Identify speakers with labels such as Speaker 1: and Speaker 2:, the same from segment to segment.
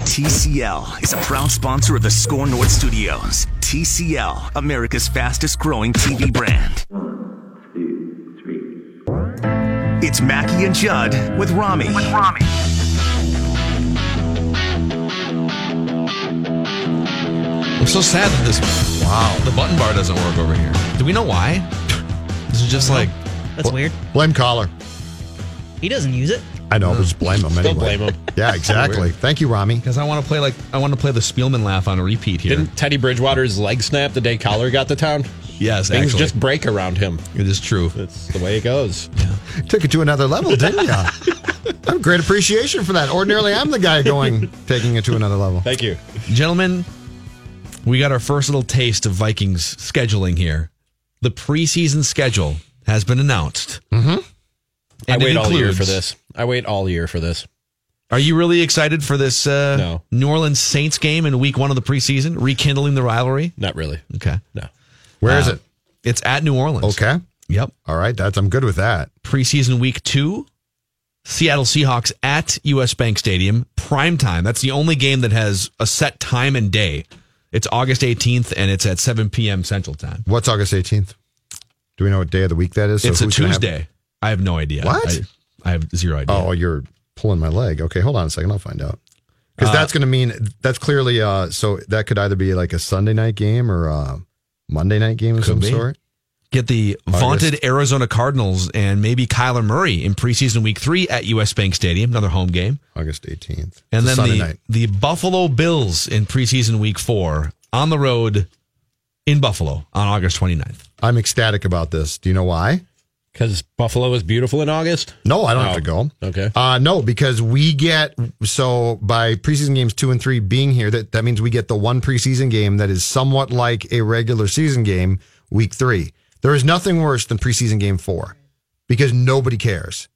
Speaker 1: TCL is a proud sponsor of the Score North Studios. TCL, America's fastest growing TV brand. It's Mackie and Judd with Rami. With Rami.
Speaker 2: I'm so sad that this. Wow. The button bar doesn't work over here. Do we know why? This is just like.
Speaker 3: That's weird.
Speaker 4: Blame collar.
Speaker 3: He doesn't use it.
Speaker 4: I know, just blame him anyway.
Speaker 5: blame him.
Speaker 4: Yeah, exactly. Thank you, Rami.
Speaker 2: Because I want to play like I want to play the Spielman laugh on repeat here.
Speaker 5: Didn't Teddy Bridgewater's leg snap the day Collar got to town?
Speaker 2: yes,
Speaker 5: Things
Speaker 2: actually,
Speaker 5: just break around him.
Speaker 2: it is true.
Speaker 5: That's the way it goes.
Speaker 4: Took it to another level, didn't you? I have great appreciation for that. Ordinarily, I'm the guy going, taking it to another level.
Speaker 5: Thank you.
Speaker 2: Gentlemen, we got our first little taste of Vikings scheduling here. The preseason schedule has been announced. Mm-hmm.
Speaker 5: I wait all year for this. I wait all year for this.
Speaker 2: Are you really excited for this uh,
Speaker 5: No.
Speaker 2: New Orleans Saints game in week one of the preseason, rekindling the rivalry?
Speaker 5: Not really.
Speaker 2: Okay.
Speaker 5: No.
Speaker 4: Where is
Speaker 5: Ah.
Speaker 2: Uh,
Speaker 4: it?
Speaker 2: It's at New Orleans.
Speaker 4: Okay.
Speaker 2: Yep.
Speaker 4: All right. That's I'm good with that.
Speaker 2: Preseason week two, Seattle Seahawks at US Bank Stadium, prime time. That's the only game that has a set time and day. It's August 18th, and it's at 7 p.m. Central Time.
Speaker 4: What's August 18th? Do we know what day of the week that is? So
Speaker 2: it's a
Speaker 4: who's gonna have-
Speaker 2: Tuesday. I have no idea.
Speaker 4: What?
Speaker 2: I, I have zero idea.
Speaker 4: Oh, you're pulling my leg. Okay, hold on a second. I'll find out.
Speaker 2: Uh,
Speaker 4: Because that's going to mean that's clearly uh, so that could either be like a Sunday night game or a Monday night game of some
Speaker 2: be.
Speaker 4: sort.
Speaker 2: Get the vaunted Arizona Cardinals and maybe Kyler Murray in preseason week three at US Bank Stadium, another home game.
Speaker 4: August 18th. It's a
Speaker 2: And then
Speaker 4: Sunday
Speaker 2: the,
Speaker 4: night.
Speaker 2: the Buffalo Bills in preseason week four on the road in Buffalo on August 29th.
Speaker 4: I'm ecstatic about this. Do you know why?
Speaker 5: Because Buffalo is beautiful in August.
Speaker 4: No, I don't
Speaker 5: Oh,
Speaker 4: have to go.
Speaker 5: okay.
Speaker 4: Uh, no, because we get so by preseason games two and three being here, that, that means we get the one preseason game that is somewhat like a regular season game, week three. There is nothing worse than preseason game four because nobody cares.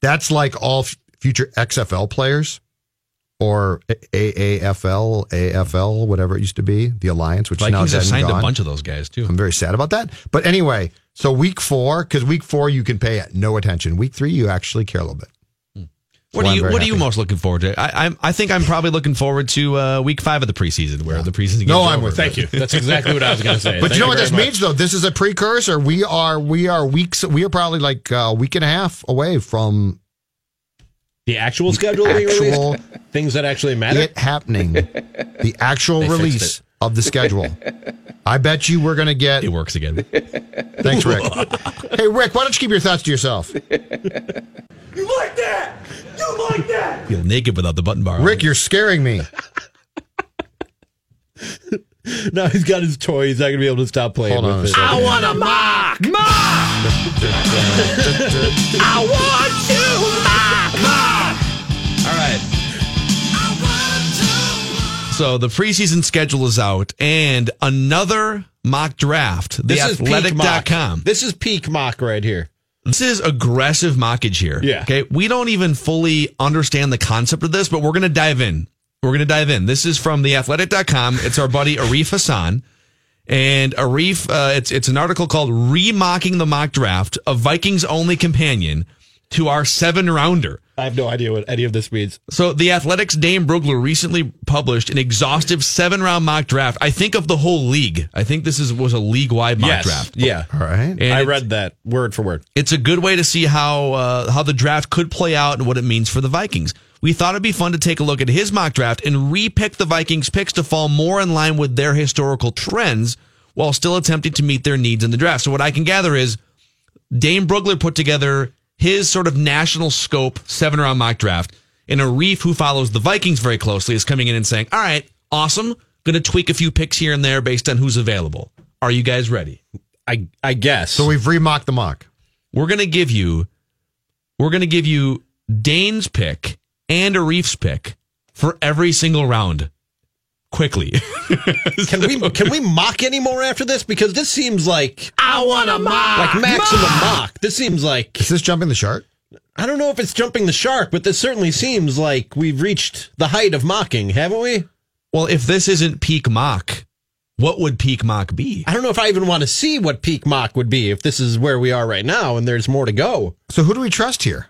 Speaker 4: That's like all f- future XFL players or A- AAFL, AFL, whatever it used to be, the Alliance, which now
Speaker 2: Vikings
Speaker 4: is dead
Speaker 2: have
Speaker 4: and
Speaker 2: signed a
Speaker 4: gone.
Speaker 2: bunch of those guys too.
Speaker 4: I'm very sad about that. But anyway, so week four, because week four you can pay no attention. Week three, you actually care a little bit.
Speaker 2: What
Speaker 4: Well,
Speaker 2: are
Speaker 4: I'm
Speaker 2: you What
Speaker 4: very
Speaker 2: are you
Speaker 4: happy.
Speaker 2: most looking forward to? I I'm, I think I'm probably looking forward to uh, week five of the preseason, where the preseason. Games
Speaker 4: No,
Speaker 2: are
Speaker 4: I'm
Speaker 2: over.
Speaker 4: with
Speaker 5: Thank you. That's exactly what I was going to say.
Speaker 4: But
Speaker 5: Thank
Speaker 4: you know what
Speaker 5: very
Speaker 4: this
Speaker 5: much.
Speaker 4: means, though. This is a precursor. We are we are weeks. We are probably like a week and a half away from
Speaker 5: The actual schedule being
Speaker 4: actual-
Speaker 5: released? Things that actually matter?
Speaker 4: it happening, the actual
Speaker 2: They fixed
Speaker 4: release
Speaker 2: it.
Speaker 4: of the schedule. I bet you we're going to get.
Speaker 2: It works again.
Speaker 4: Thanks, Rick. hey, Rick, why don't you keep your thoughts to yourself?
Speaker 2: Feel naked without the button bar. on.
Speaker 4: Rick, you're scaring me.
Speaker 5: now he's got his toy. He's not going to be able to stop playing
Speaker 4: Hold on a
Speaker 5: with it.
Speaker 4: second.
Speaker 1: want a mock! Mock! I want to mock!
Speaker 2: All right. So the preseason schedule is out, and another mock draft.
Speaker 5: This is peak mock.
Speaker 2: Theathletic.com.
Speaker 5: This is peak mock right here.
Speaker 2: This is aggressive mockage here.
Speaker 5: Yeah.
Speaker 2: Okay. We don't even fully understand the concept of this, but we're going to dive in. We're going to dive in. This is from theathletic.com. It's our buddy Arif Hassan. And Arif, uh, it's, it's an article called Remocking the Mock Draft, a Vikings only companion to our seven rounder.
Speaker 5: I have no idea what any of this means.
Speaker 2: So the Athletics Dame Brugler recently published an exhaustive seven round mock draft. I think of the whole league. I think this is was a league wide mock draft.
Speaker 5: Yeah.
Speaker 4: All right.
Speaker 2: And
Speaker 5: I
Speaker 2: it's-
Speaker 5: read that word for word.
Speaker 2: it's a good way to see how uh, how the draft could play out and what it means for the Vikings. we thought it'd be fun to take a look at his mock draft and repick the Vikings picks to fall more in line with their historical trends while still attempting to meet their needs in the draft. So what I can gather is Dane Brugler put together his sort of national scope seven round mock draft. And Arif, who follows the Vikings very closely, is coming in and saying, All right, awesome. Going to tweak a few picks here and there based on who's available. Are you guys ready?
Speaker 5: I I guess.
Speaker 4: So we've remocked the mock.
Speaker 2: We're going to give you, we're going to give you Dane's pick and Arif's pick for every single round quickly.
Speaker 5: can we can we mock anymore after this? Because this seems like
Speaker 2: I want to mock.
Speaker 5: like maximum mock. This seems like
Speaker 4: Is this jumping the shark?
Speaker 5: I don't know if it's jumping the shark, but this certainly seems like we've reached the height of mocking, haven't we?
Speaker 2: Well, if this isn't peak mock, what would peak mock be?
Speaker 5: I don't know if I even want to see what peak mock would be if this is where we are right now and there's more to go.
Speaker 4: So who do we trust here?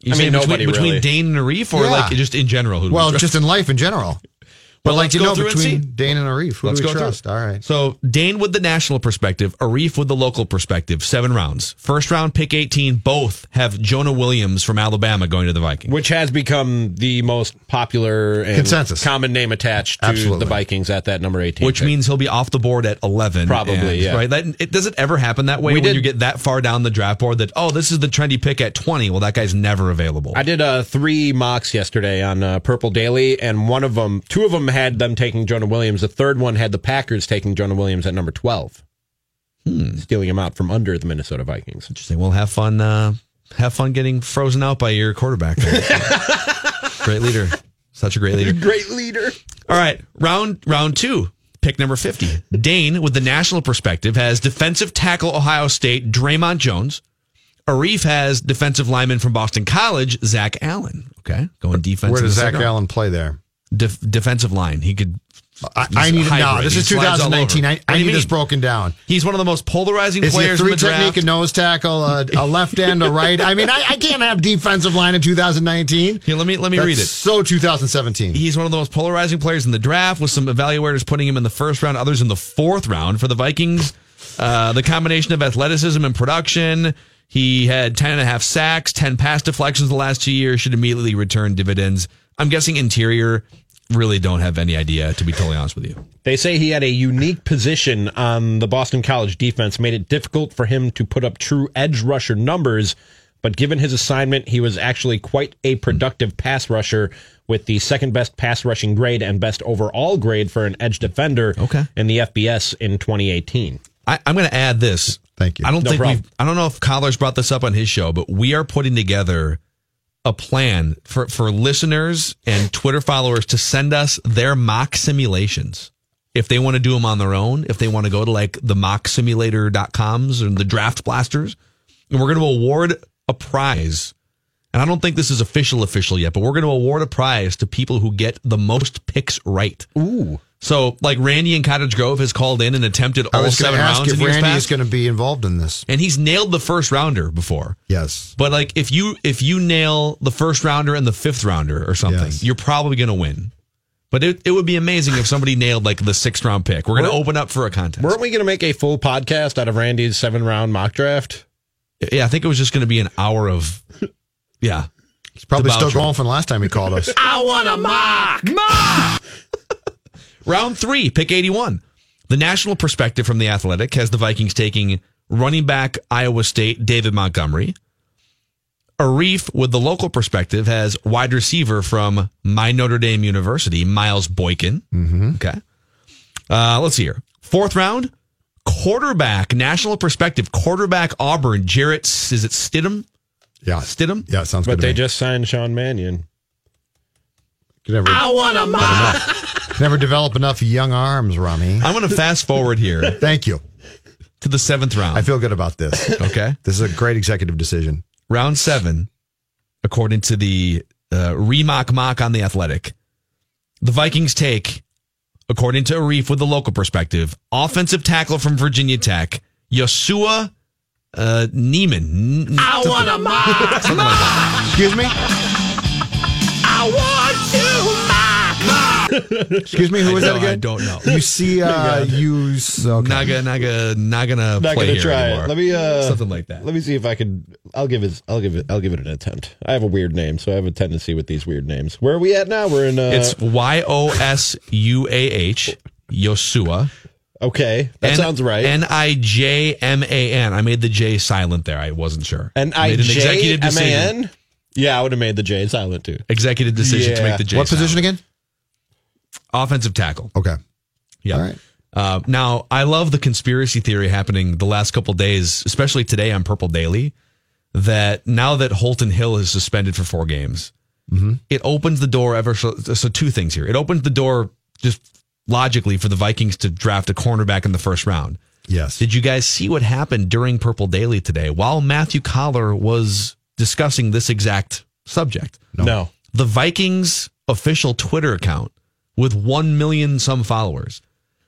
Speaker 2: You
Speaker 5: I
Speaker 2: say
Speaker 5: mean,
Speaker 2: between,
Speaker 5: nobody
Speaker 2: between
Speaker 5: really.
Speaker 2: Dane and Arif, or
Speaker 4: Yeah.
Speaker 2: like just in general? Who
Speaker 4: Well,
Speaker 2: would-
Speaker 4: just in life in general. But
Speaker 2: Well,
Speaker 4: like
Speaker 2: let's
Speaker 4: you
Speaker 2: go
Speaker 4: know,
Speaker 2: through and
Speaker 4: between
Speaker 2: see.
Speaker 4: Dane and Arif, who
Speaker 2: Let's
Speaker 4: do
Speaker 2: go
Speaker 4: we
Speaker 2: through.
Speaker 4: trust? All right.
Speaker 2: So Dane with the national perspective, Arif with the local perspective. Seven rounds. First round pick 18. Both have Jonah Williams from Alabama going to the Vikings.
Speaker 5: Which has become the most popular and
Speaker 4: Consensus.
Speaker 5: common name attached to
Speaker 4: Absolutely.
Speaker 5: the Vikings at that number 18.
Speaker 2: Which
Speaker 5: pick.
Speaker 2: means he'll be off the board at 11.
Speaker 5: Probably,
Speaker 2: and-
Speaker 5: yeah.
Speaker 2: Right? That, it doesn't ever happen that way
Speaker 5: We
Speaker 2: when
Speaker 5: did-
Speaker 2: you get that far down the draft board that, oh, this is the trendy pick at 20. Well, that guy's never available.
Speaker 5: I did uh, three mocks yesterday on uh, Purple Daily, and one of them, two of them had them taking Jonah Williams. The third one had the Packers taking Jonah Williams at number 12, stealing him out from under the Minnesota Vikings.
Speaker 2: Interesting. Well, have fun. Uh, have fun getting frozen out by your quarterback. great leader. Such a great leader.
Speaker 5: Great leader.
Speaker 2: All right, round round two, pick number fifty. Dane, with the national perspective, has defensive tackle Ohio State Draymond Jones. Arif has defensive lineman from Boston College Zach Allen. Okay, going defense.
Speaker 4: Where
Speaker 2: in
Speaker 4: does
Speaker 2: the
Speaker 4: Zach
Speaker 2: second round.
Speaker 4: Allen play there?
Speaker 2: Def- defensive line? He could.
Speaker 4: I, I need
Speaker 2: hybrid.
Speaker 4: no. This
Speaker 2: He
Speaker 4: is
Speaker 2: slides all
Speaker 4: 2019.
Speaker 2: over.
Speaker 4: I,
Speaker 2: What do
Speaker 4: I
Speaker 2: you
Speaker 4: need this
Speaker 2: mean?
Speaker 4: broken down.
Speaker 2: He's one of the most polarizing
Speaker 4: Is he a
Speaker 2: players in
Speaker 4: three
Speaker 2: the draft.
Speaker 4: technique, a nose tackle, a, a left end, a right? I mean, I, I can't have defensive line in 2019.
Speaker 2: Here, let me let me
Speaker 4: That's
Speaker 2: read it.
Speaker 4: So 2017.
Speaker 2: He's one of the most polarizing players in the draft, with some evaluators putting him in the first round, others in the fourth round. For the Vikings, uh, the combination of athleticism and production, he had 10 and a half sacks, 10 pass deflections the last two years, should immediately return dividends. I'm guessing interior really don't have any idea, to be totally honest with you.
Speaker 5: They say he had a unique position on the Boston College defense, made it difficult for him to put up true edge rusher numbers. But given his assignment, he was actually quite a productive pass rusher with the second best pass rushing grade and best overall grade for an edge defender
Speaker 2: Okay.
Speaker 5: in the FBS in 2018.
Speaker 2: I, I'm going to add this.
Speaker 4: Thank you.
Speaker 2: I don't
Speaker 5: No
Speaker 2: think
Speaker 5: problem.
Speaker 2: we've, I don't know if Collars brought this up on his show, but we are putting together a plan for, for listeners and Twitter followers to send us their mock simulations. If they want to do them on their own, if they want to go to like the mocksimulator.coms and the draft blasters, and we're going to award a prize. And I don't think this is official official yet, but we're going to award a prize to people who get the most picks right. Ooh. So like Randy in Cottage Grove has called in and attempted
Speaker 4: I
Speaker 2: all
Speaker 4: was going
Speaker 2: seven
Speaker 4: to ask
Speaker 2: rounds
Speaker 4: if
Speaker 2: in years
Speaker 4: Randy
Speaker 2: past
Speaker 4: is going to be involved in this.
Speaker 2: and he's nailed the first rounder before.
Speaker 4: Yes.
Speaker 2: But like if you if you nail the first rounder and the fifth rounder or something,
Speaker 4: Yes.
Speaker 2: you're probably gonna win. But it, it would be amazing if somebody nailed like the sixth round pick. We're gonna
Speaker 5: We're-
Speaker 2: open up for a contest.
Speaker 5: Weren't we going to make a full podcast out of Randy's seven round mock draft?
Speaker 2: yeah, I think it was just gonna be an hour of yeah.
Speaker 4: He's probably still
Speaker 2: Debauchery.
Speaker 4: going from the last time he called us.
Speaker 2: Round three, pick 81. The national perspective from The Athletic has the Vikings taking running back Iowa State David Montgomery. Arif, with the local perspective, has wide receiver from my Notre Dame University, Miles Boykin. Mm-hmm. Okay. Uh, let's see here. Fourth round, quarterback, national perspective, quarterback Auburn, Jarrett, is it Stidham?
Speaker 4: Yeah.
Speaker 2: Stidham?
Speaker 4: Yeah, it sounds
Speaker 5: But
Speaker 4: good.
Speaker 5: they
Speaker 4: to me.
Speaker 5: just signed Sean Mannion.
Speaker 4: Could never, I want a mock. Never develop enough young arms, Rami.
Speaker 2: I'm going to fast forward here
Speaker 4: Thank you.
Speaker 2: to the seventh round.
Speaker 4: I feel good about this.
Speaker 2: okay.
Speaker 4: This is a great executive decision.
Speaker 2: round seven, according to the uh, remock mock on the Athletic, the Vikings take, according to Arif with the local perspective, offensive tackle from Virginia Tech, Yosua uh, Neiman. I want to mock. Something like that.
Speaker 4: Excuse me?
Speaker 2: I want to mock.
Speaker 4: Excuse me, who was
Speaker 2: I
Speaker 4: that
Speaker 2: don't- I
Speaker 4: again?
Speaker 2: don't know.
Speaker 4: You see, uh, you s- okay.
Speaker 2: Not gonna, not gonna, not gonna
Speaker 5: Not
Speaker 2: play
Speaker 5: gonna
Speaker 2: here
Speaker 5: try
Speaker 2: anymore.
Speaker 5: it. Let me uh,
Speaker 2: something like that.
Speaker 5: Let me see if I could. I'll give it. I'll give it. I'll give it an attempt. I have a weird name, so I have a tendency with these weird names. Where are we at now? We're in. Uh,
Speaker 2: it's Y O S U A H Yosua.
Speaker 5: okay. That
Speaker 2: N-
Speaker 5: sounds right.
Speaker 2: N I J M A N. I made the J silent there. I wasn't sure.
Speaker 5: N
Speaker 2: I
Speaker 5: I
Speaker 2: made
Speaker 5: J M A
Speaker 2: decision.
Speaker 5: N. Yeah, I would have made the J silent too.
Speaker 2: Executive decision to
Speaker 5: Yeah.
Speaker 2: make the J.
Speaker 4: what
Speaker 2: silent.
Speaker 4: position again?
Speaker 2: Offensive tackle.
Speaker 4: Okay,
Speaker 2: Yeah.
Speaker 4: all right.
Speaker 2: Uh, now, I love the conspiracy theory happening the last couple days, especially today on Purple Daily, that now that Holton Hill is suspended for four games,
Speaker 4: Mm-hmm.
Speaker 2: it opens the door ever so, so two things here. It opens the door just logically for the Vikings to draft a cornerback in the first round.
Speaker 4: Yes.
Speaker 2: Did you guys see what happened during Purple Daily today while Matthew Collar was discussing this exact subject?
Speaker 5: No.
Speaker 2: the Vikings official Twitter account with 1 million some followers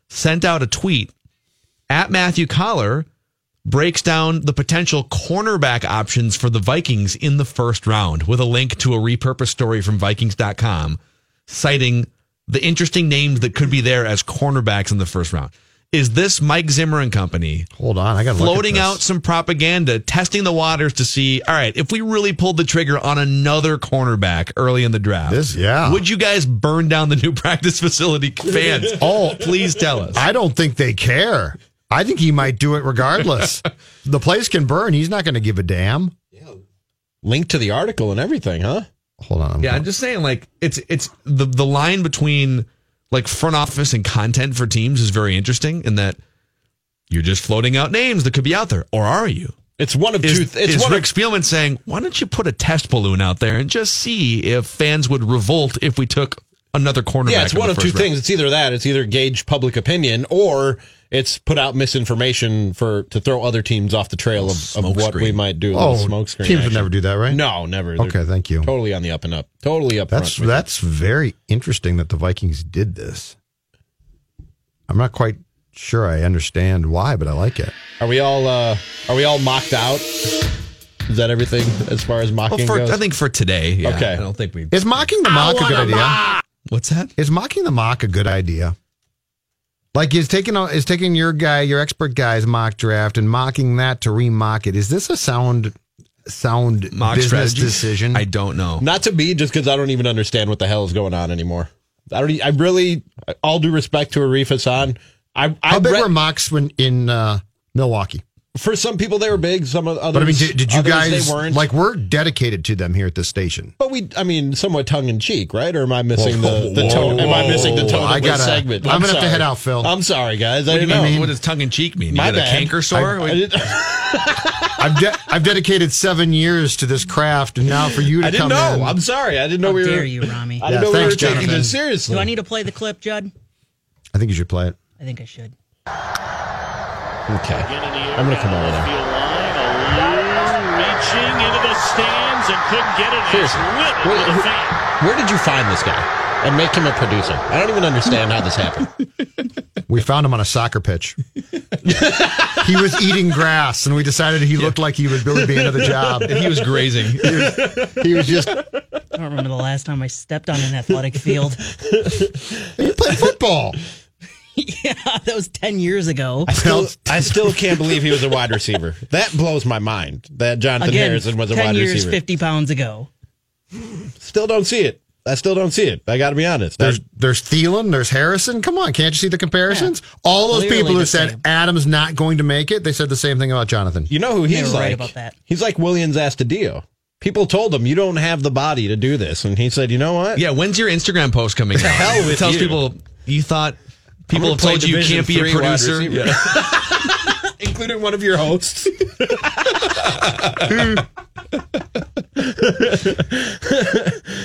Speaker 2: sent out a tweet at Matthew Collar breaks down the potential cornerback options for the Vikings in the first round with a link to a repurposed story from Vikings.com citing the interesting names that could be there as cornerbacks in the first round. Is this Mike Zimmer and company
Speaker 4: Hold on, I got
Speaker 2: floating out some propaganda, testing the waters to see, all right, if we really pulled the trigger on another cornerback early in the draft,
Speaker 4: This- yeah.
Speaker 2: would you guys burn down the new practice facility fans? oh, please tell us.
Speaker 4: I don't think they care. I think he might do it regardless. the place can burn. He's not going to give a damn.
Speaker 5: Link to the article and everything, huh?
Speaker 4: Hold on. I'm
Speaker 2: yeah, I'm
Speaker 4: going-
Speaker 2: just saying, like it's it's the the line between like front office and content for teams is very interesting in that you're just floating out names that could be out there, or are you?
Speaker 5: It's one of
Speaker 2: Is,
Speaker 5: two. th- It's
Speaker 2: is
Speaker 5: one
Speaker 2: Rick
Speaker 5: of,
Speaker 2: Spielman saying, why don't you put a test balloon out there and just see if fans would revolt if we took another cornerback?
Speaker 5: yeah, it's
Speaker 2: in the
Speaker 5: one of two
Speaker 2: first round?
Speaker 5: things. It's either that. It's either gauge public opinion or it's put out misinformation for to throw other teams off the trail of, of
Speaker 2: Smoke
Speaker 5: what we
Speaker 2: screen.
Speaker 5: might do.
Speaker 4: oh,
Speaker 5: smoke screen.
Speaker 4: teams would
Speaker 5: action.
Speaker 4: never do that, right?
Speaker 5: No, never. They're
Speaker 4: Okay, thank you.
Speaker 5: Totally on the up and up. Totally up.
Speaker 4: That's
Speaker 5: front.
Speaker 4: that's very interesting that the Vikings did this. I'm not quite sure I understand why, but I like it.
Speaker 5: Are we all uh are we all mocked out? Is that everything as far as
Speaker 2: Well,
Speaker 5: mocking
Speaker 2: for,
Speaker 5: goes?
Speaker 2: I think for today. yeah.
Speaker 5: Okay.
Speaker 2: I don't think we.
Speaker 4: Is mocking the mock a good idea?
Speaker 2: What's that?
Speaker 4: Is mocking the mock a good idea? Like is taking a- is taking your guy, your expert guy's mock draft and mocking that to remock it. Is this a sound sound
Speaker 2: Mock
Speaker 4: business
Speaker 2: strategy?
Speaker 4: decision?
Speaker 2: I don't know.
Speaker 5: Not to be just because I don't even understand what the hell is going on anymore. I don't. e- I really, all due respect to Arif Hassan. I, I
Speaker 4: How big
Speaker 5: read-
Speaker 4: were mocks when in uh, Milwaukee?
Speaker 5: for some people they were big. Some of others.
Speaker 4: But I mean, did, did you
Speaker 5: others
Speaker 4: guys
Speaker 5: They weren't.
Speaker 4: like we're dedicated to them here at this station?
Speaker 5: but we. I mean, somewhat tongue in cheek, right? Or am I missing
Speaker 4: Whoa,
Speaker 5: the, the tone? am I missing the
Speaker 4: whoa,
Speaker 5: tone
Speaker 4: I
Speaker 5: of
Speaker 4: gotta-
Speaker 5: this segment?
Speaker 4: I'm gonna have to
Speaker 5: sorry.
Speaker 4: head out, Phil.
Speaker 5: I'm sorry, guys. I
Speaker 2: What,
Speaker 5: didn't
Speaker 2: do you
Speaker 5: know.
Speaker 2: mean? What does tongue in cheek mean? You
Speaker 5: My
Speaker 2: got a
Speaker 5: bad.
Speaker 2: canker sore?
Speaker 5: I
Speaker 2: Wait,
Speaker 5: didn't,
Speaker 4: I've de- I've dedicated seven years to this craft, and now for you to
Speaker 5: I
Speaker 4: come
Speaker 5: didn't know.
Speaker 4: in.
Speaker 5: I'm sorry. I didn't know
Speaker 3: How
Speaker 5: we
Speaker 3: dare
Speaker 5: were.
Speaker 3: you, Rami?
Speaker 5: I didn't
Speaker 4: Yeah,
Speaker 5: know we were
Speaker 4: thanks,
Speaker 5: taking
Speaker 4: Jonathan.
Speaker 5: this seriously.
Speaker 3: Do I need to play the clip, Judd?
Speaker 4: I think you should play it.
Speaker 3: I think I should.
Speaker 5: okay. I'm gonna come over there.
Speaker 6: Reaching into the stands and couldn't get it. It's
Speaker 5: Seriously.
Speaker 6: lit
Speaker 5: Where,
Speaker 6: with a
Speaker 5: who-
Speaker 6: fan.
Speaker 5: where did you find this guy and make him a producer? I don't even understand how this happened.
Speaker 4: We found him on a soccer pitch. he was eating grass, and we decided he looked like he would really be another job.
Speaker 2: he was grazing.
Speaker 4: He was just
Speaker 3: I don't remember the last time I stepped on an athletic field.
Speaker 4: he played football.
Speaker 3: yeah, that was 10 years ago.
Speaker 5: Still, I still can't believe he was a wide receiver. That blows my mind that Jonathan
Speaker 3: Again,
Speaker 5: Harrison was a
Speaker 3: 10
Speaker 5: wide
Speaker 3: years,
Speaker 5: receiver.
Speaker 3: 50 pounds ago.
Speaker 5: Still don't see it. I still don't see it. I got to be honest.
Speaker 4: There's there's Thielen, there's Harrison. Come on, can't you see the comparisons? All those
Speaker 3: Clearly
Speaker 4: people who
Speaker 3: the
Speaker 4: said
Speaker 3: same.
Speaker 4: Adam's not going to make it, they said the same thing about Jonathan.
Speaker 5: you know who
Speaker 3: were
Speaker 5: he's
Speaker 3: right
Speaker 5: like.
Speaker 3: about that.
Speaker 5: He's like Williams Astadio. People told him you don't have the body to do this, and he said, "You know what?
Speaker 2: yeah, when's your Instagram post coming out?
Speaker 5: hell with
Speaker 2: it tells
Speaker 5: you.
Speaker 2: people you thought people have told you you can't be a producer. Yeah.
Speaker 5: including one of your hosts.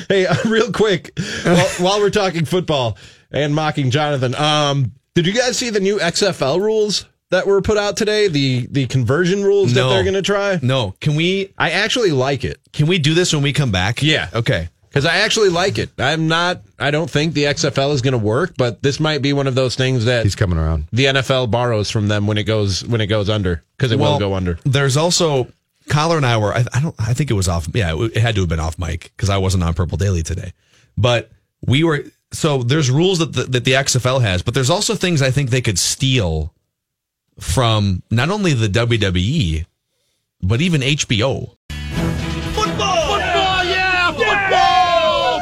Speaker 5: hey, uh, real quick, while, while we're talking football and mocking Jonathan, um, did you guys see the new XFL rules that were put out today? The the conversion rules
Speaker 2: No.
Speaker 5: that they're going to try.
Speaker 2: No, can we
Speaker 5: I actually like it
Speaker 2: can we do this when we come back?
Speaker 5: Yeah.
Speaker 2: Okay.
Speaker 5: because I actually like it. I'm not. I don't think the XFL is going to work, but this might be one of those things that
Speaker 4: He's coming around.
Speaker 5: the NFL borrows from them when it goes when it goes under because it will go under.
Speaker 2: There's also Collar and I were I, I don't I think it was off yeah it had to have been off mic because I wasn't on Purple Daily today, but we were so there's rules that the, that the XFL has, but there's also things I think they could steal from not only the WWE, but even HBO.
Speaker 6: Football, yeah! Football!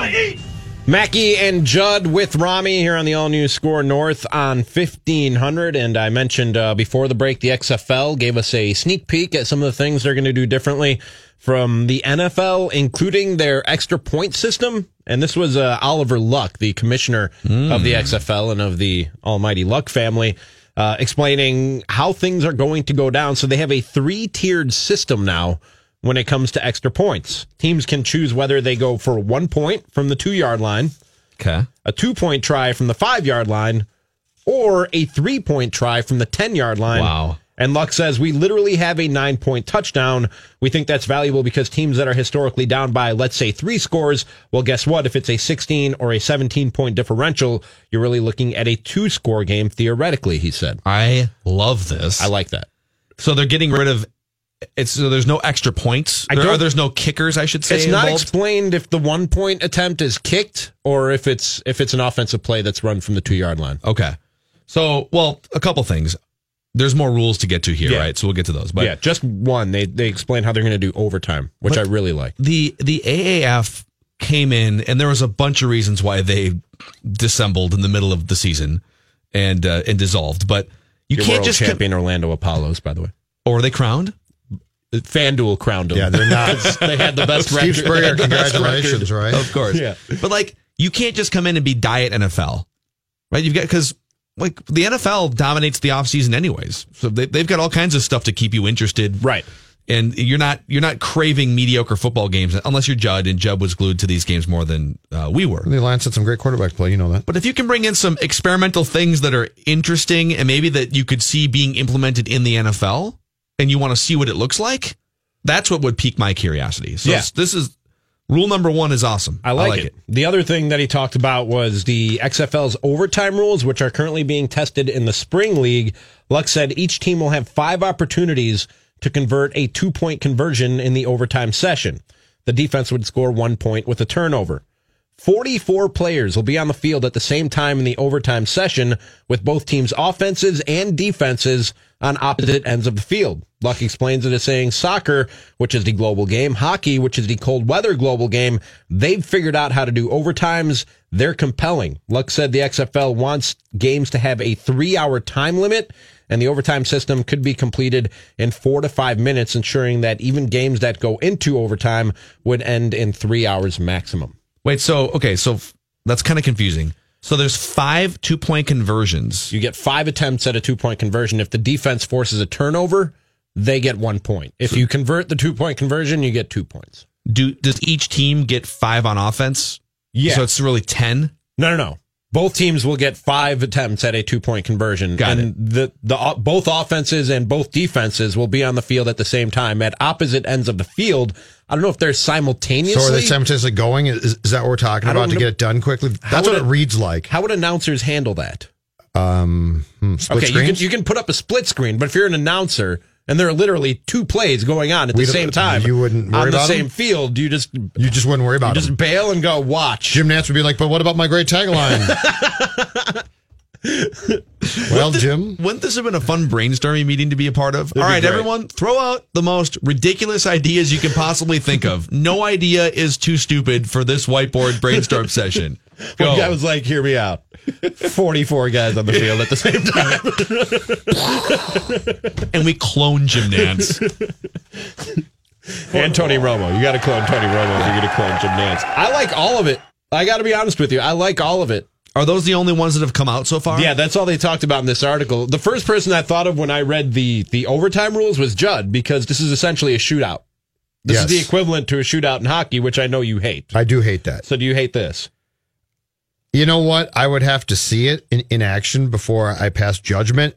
Speaker 6: Football! Get some!
Speaker 5: Mackey and Judd with Rami here on the all new Score North on 1500. And I mentioned uh, before the break, the XFL gave us a sneak peek at some of the things they're going to do differently from the NFL, including their extra point system. And this was uh, Oliver Luck, the commissioner of the XFL and of the almighty Luck family, uh, explaining how things are going to go down. So they have a three tiered system now when it comes to extra points. Teams can choose whether they go for one point from the two yard line,
Speaker 2: Okay.
Speaker 5: a two point try from the five yard line, or a three point try from the 10 yard line.
Speaker 2: Wow.
Speaker 5: And Luck says, we literally have a nine point touchdown. We think that's valuable because teams that are historically down by, let's say, three scores, well, guess what? If it's a 16 or a 17 point differential, you're really looking at a two score game theoretically, he said.
Speaker 2: I love this.
Speaker 5: I like that.
Speaker 2: so they're getting rid of it's so there's no extra points.
Speaker 5: I
Speaker 2: There-
Speaker 5: don't-
Speaker 2: or there's no kickers, I should say.
Speaker 5: it's not
Speaker 2: involved.
Speaker 5: explained if the one point attempt is kicked or if it's if it's an offensive play that's run from the two yard line.
Speaker 2: Okay. So, well, a couple things. There's more rules to get to here,
Speaker 5: Yeah.
Speaker 2: right? So we'll get to those. But
Speaker 5: yeah, just one. They they explain how they're going to do overtime, which I really like.
Speaker 2: the the AAF came in, and there was a bunch of reasons why they dissembled in the middle of the season and uh, and dissolved. But you
Speaker 5: Your
Speaker 2: can't
Speaker 5: world
Speaker 2: just
Speaker 5: champion Orlando Apollos, by the way. Uh,
Speaker 2: or were they crowned.
Speaker 5: FanDuel crowned them.
Speaker 4: Yeah, they're not.
Speaker 5: they had the best
Speaker 4: Steve
Speaker 5: record. they
Speaker 4: Spurrier,
Speaker 5: had the best
Speaker 4: congratulations,
Speaker 5: record.
Speaker 4: right?
Speaker 2: Of course.
Speaker 5: Yeah.
Speaker 2: But like you can't just come in and be diet NFL. Right? You've got because like the NFL dominates the offseason anyways. So they they've got all kinds of stuff to keep you interested.
Speaker 5: Right.
Speaker 2: And you're not you're not craving mediocre football games unless you're Judd and Judd was glued to these games more than uh, we were.
Speaker 4: The Lions had some great quarterback play. You know that.
Speaker 2: But if you can bring in some experimental things that are interesting and maybe that you could see being implemented in the NFL and you want to see what it looks like, that's what would pique my curiosity. So
Speaker 5: Yeah.
Speaker 2: this is rule number one is awesome.
Speaker 5: I like, it. The other thing that he talked about was the XFL's overtime rules, which are currently being tested in the spring league. Luck said each team will have five opportunities to convert a two point conversion in the overtime session. The defense would score one point with a turnover. 44 players will be on the field at the same time in the overtime session with both teams' offenses and defenses on opposite ends of the field. Luck explains it as saying soccer, which is the global game, hockey, which is the cold weather global game, they've figured out how to do overtimes. They're compelling. Luck said the XFL wants games to have a three hour time limit and the overtime system could be completed in four to five minutes, ensuring that even games that go into overtime would end in three hours maximum.
Speaker 2: Wait, so okay, so f- that's kind of confusing. So there's five two point conversions.
Speaker 5: You get five attempts at a two point conversion. If the defense forces a turnover, they get one point. If you convert the two point conversion, you get two points.
Speaker 2: Do does each team get five on offense?
Speaker 5: Yeah.
Speaker 2: So it's really ten.
Speaker 5: No, no, no. Both teams will get five attempts at a two point conversion.
Speaker 2: Got
Speaker 5: and the the both offenses and both defenses will be on the field at the same time at opposite ends of the field. I don't know if they're
Speaker 4: So
Speaker 5: simultaneously.
Speaker 4: are they simultaneously going? Is, is that what we're talking
Speaker 5: I don't
Speaker 4: about to
Speaker 5: know.
Speaker 4: get it done quickly?
Speaker 5: How
Speaker 4: That's what
Speaker 5: would
Speaker 4: it
Speaker 5: it-
Speaker 4: reads like.
Speaker 5: How would announcers handle that?
Speaker 4: Um, hmm, split
Speaker 5: okay, you
Speaker 4: screens?
Speaker 5: can you can put up a split screen, but if you're an announcer and there are literally two plays going on at
Speaker 4: We
Speaker 5: the
Speaker 4: don't-
Speaker 5: same time,
Speaker 4: you wouldn't worry
Speaker 5: on the
Speaker 4: about
Speaker 5: same
Speaker 4: them?
Speaker 5: field. You just you
Speaker 4: You just wouldn't worry about it.
Speaker 5: just bail and go watch.
Speaker 4: Jim Nance would be like, but what about my great tagline? well, Jim,
Speaker 2: Wouldn't this have been a fun brainstorming meeting to be a part of? All
Speaker 5: be
Speaker 2: right,
Speaker 5: great.
Speaker 2: everyone, throw out the most ridiculous ideas you can possibly think of. No idea is too stupid for this whiteboard brainstorm session. Go.
Speaker 5: One guy was like, "Hear me out." Forty-four guys on the field at the same time.
Speaker 2: and we clone Jim Nance.
Speaker 5: and Tony Romo. You got to clone Tony Romo if you're going to clone Jim Nance. I like all of it. I got to be honest with you. I like all of it.
Speaker 2: Are those the only ones that have come out so far?
Speaker 5: Yeah, that's all they talked about in this article. The first person I thought of when I read the the overtime rules was Judd because this is essentially a shootout. This
Speaker 4: Yes.
Speaker 5: is the equivalent to a shootout in hockey, which I know you hate.
Speaker 4: I do hate that.
Speaker 5: So do you hate this?
Speaker 4: You know what? I would have to see it in, in action before I pass judgment.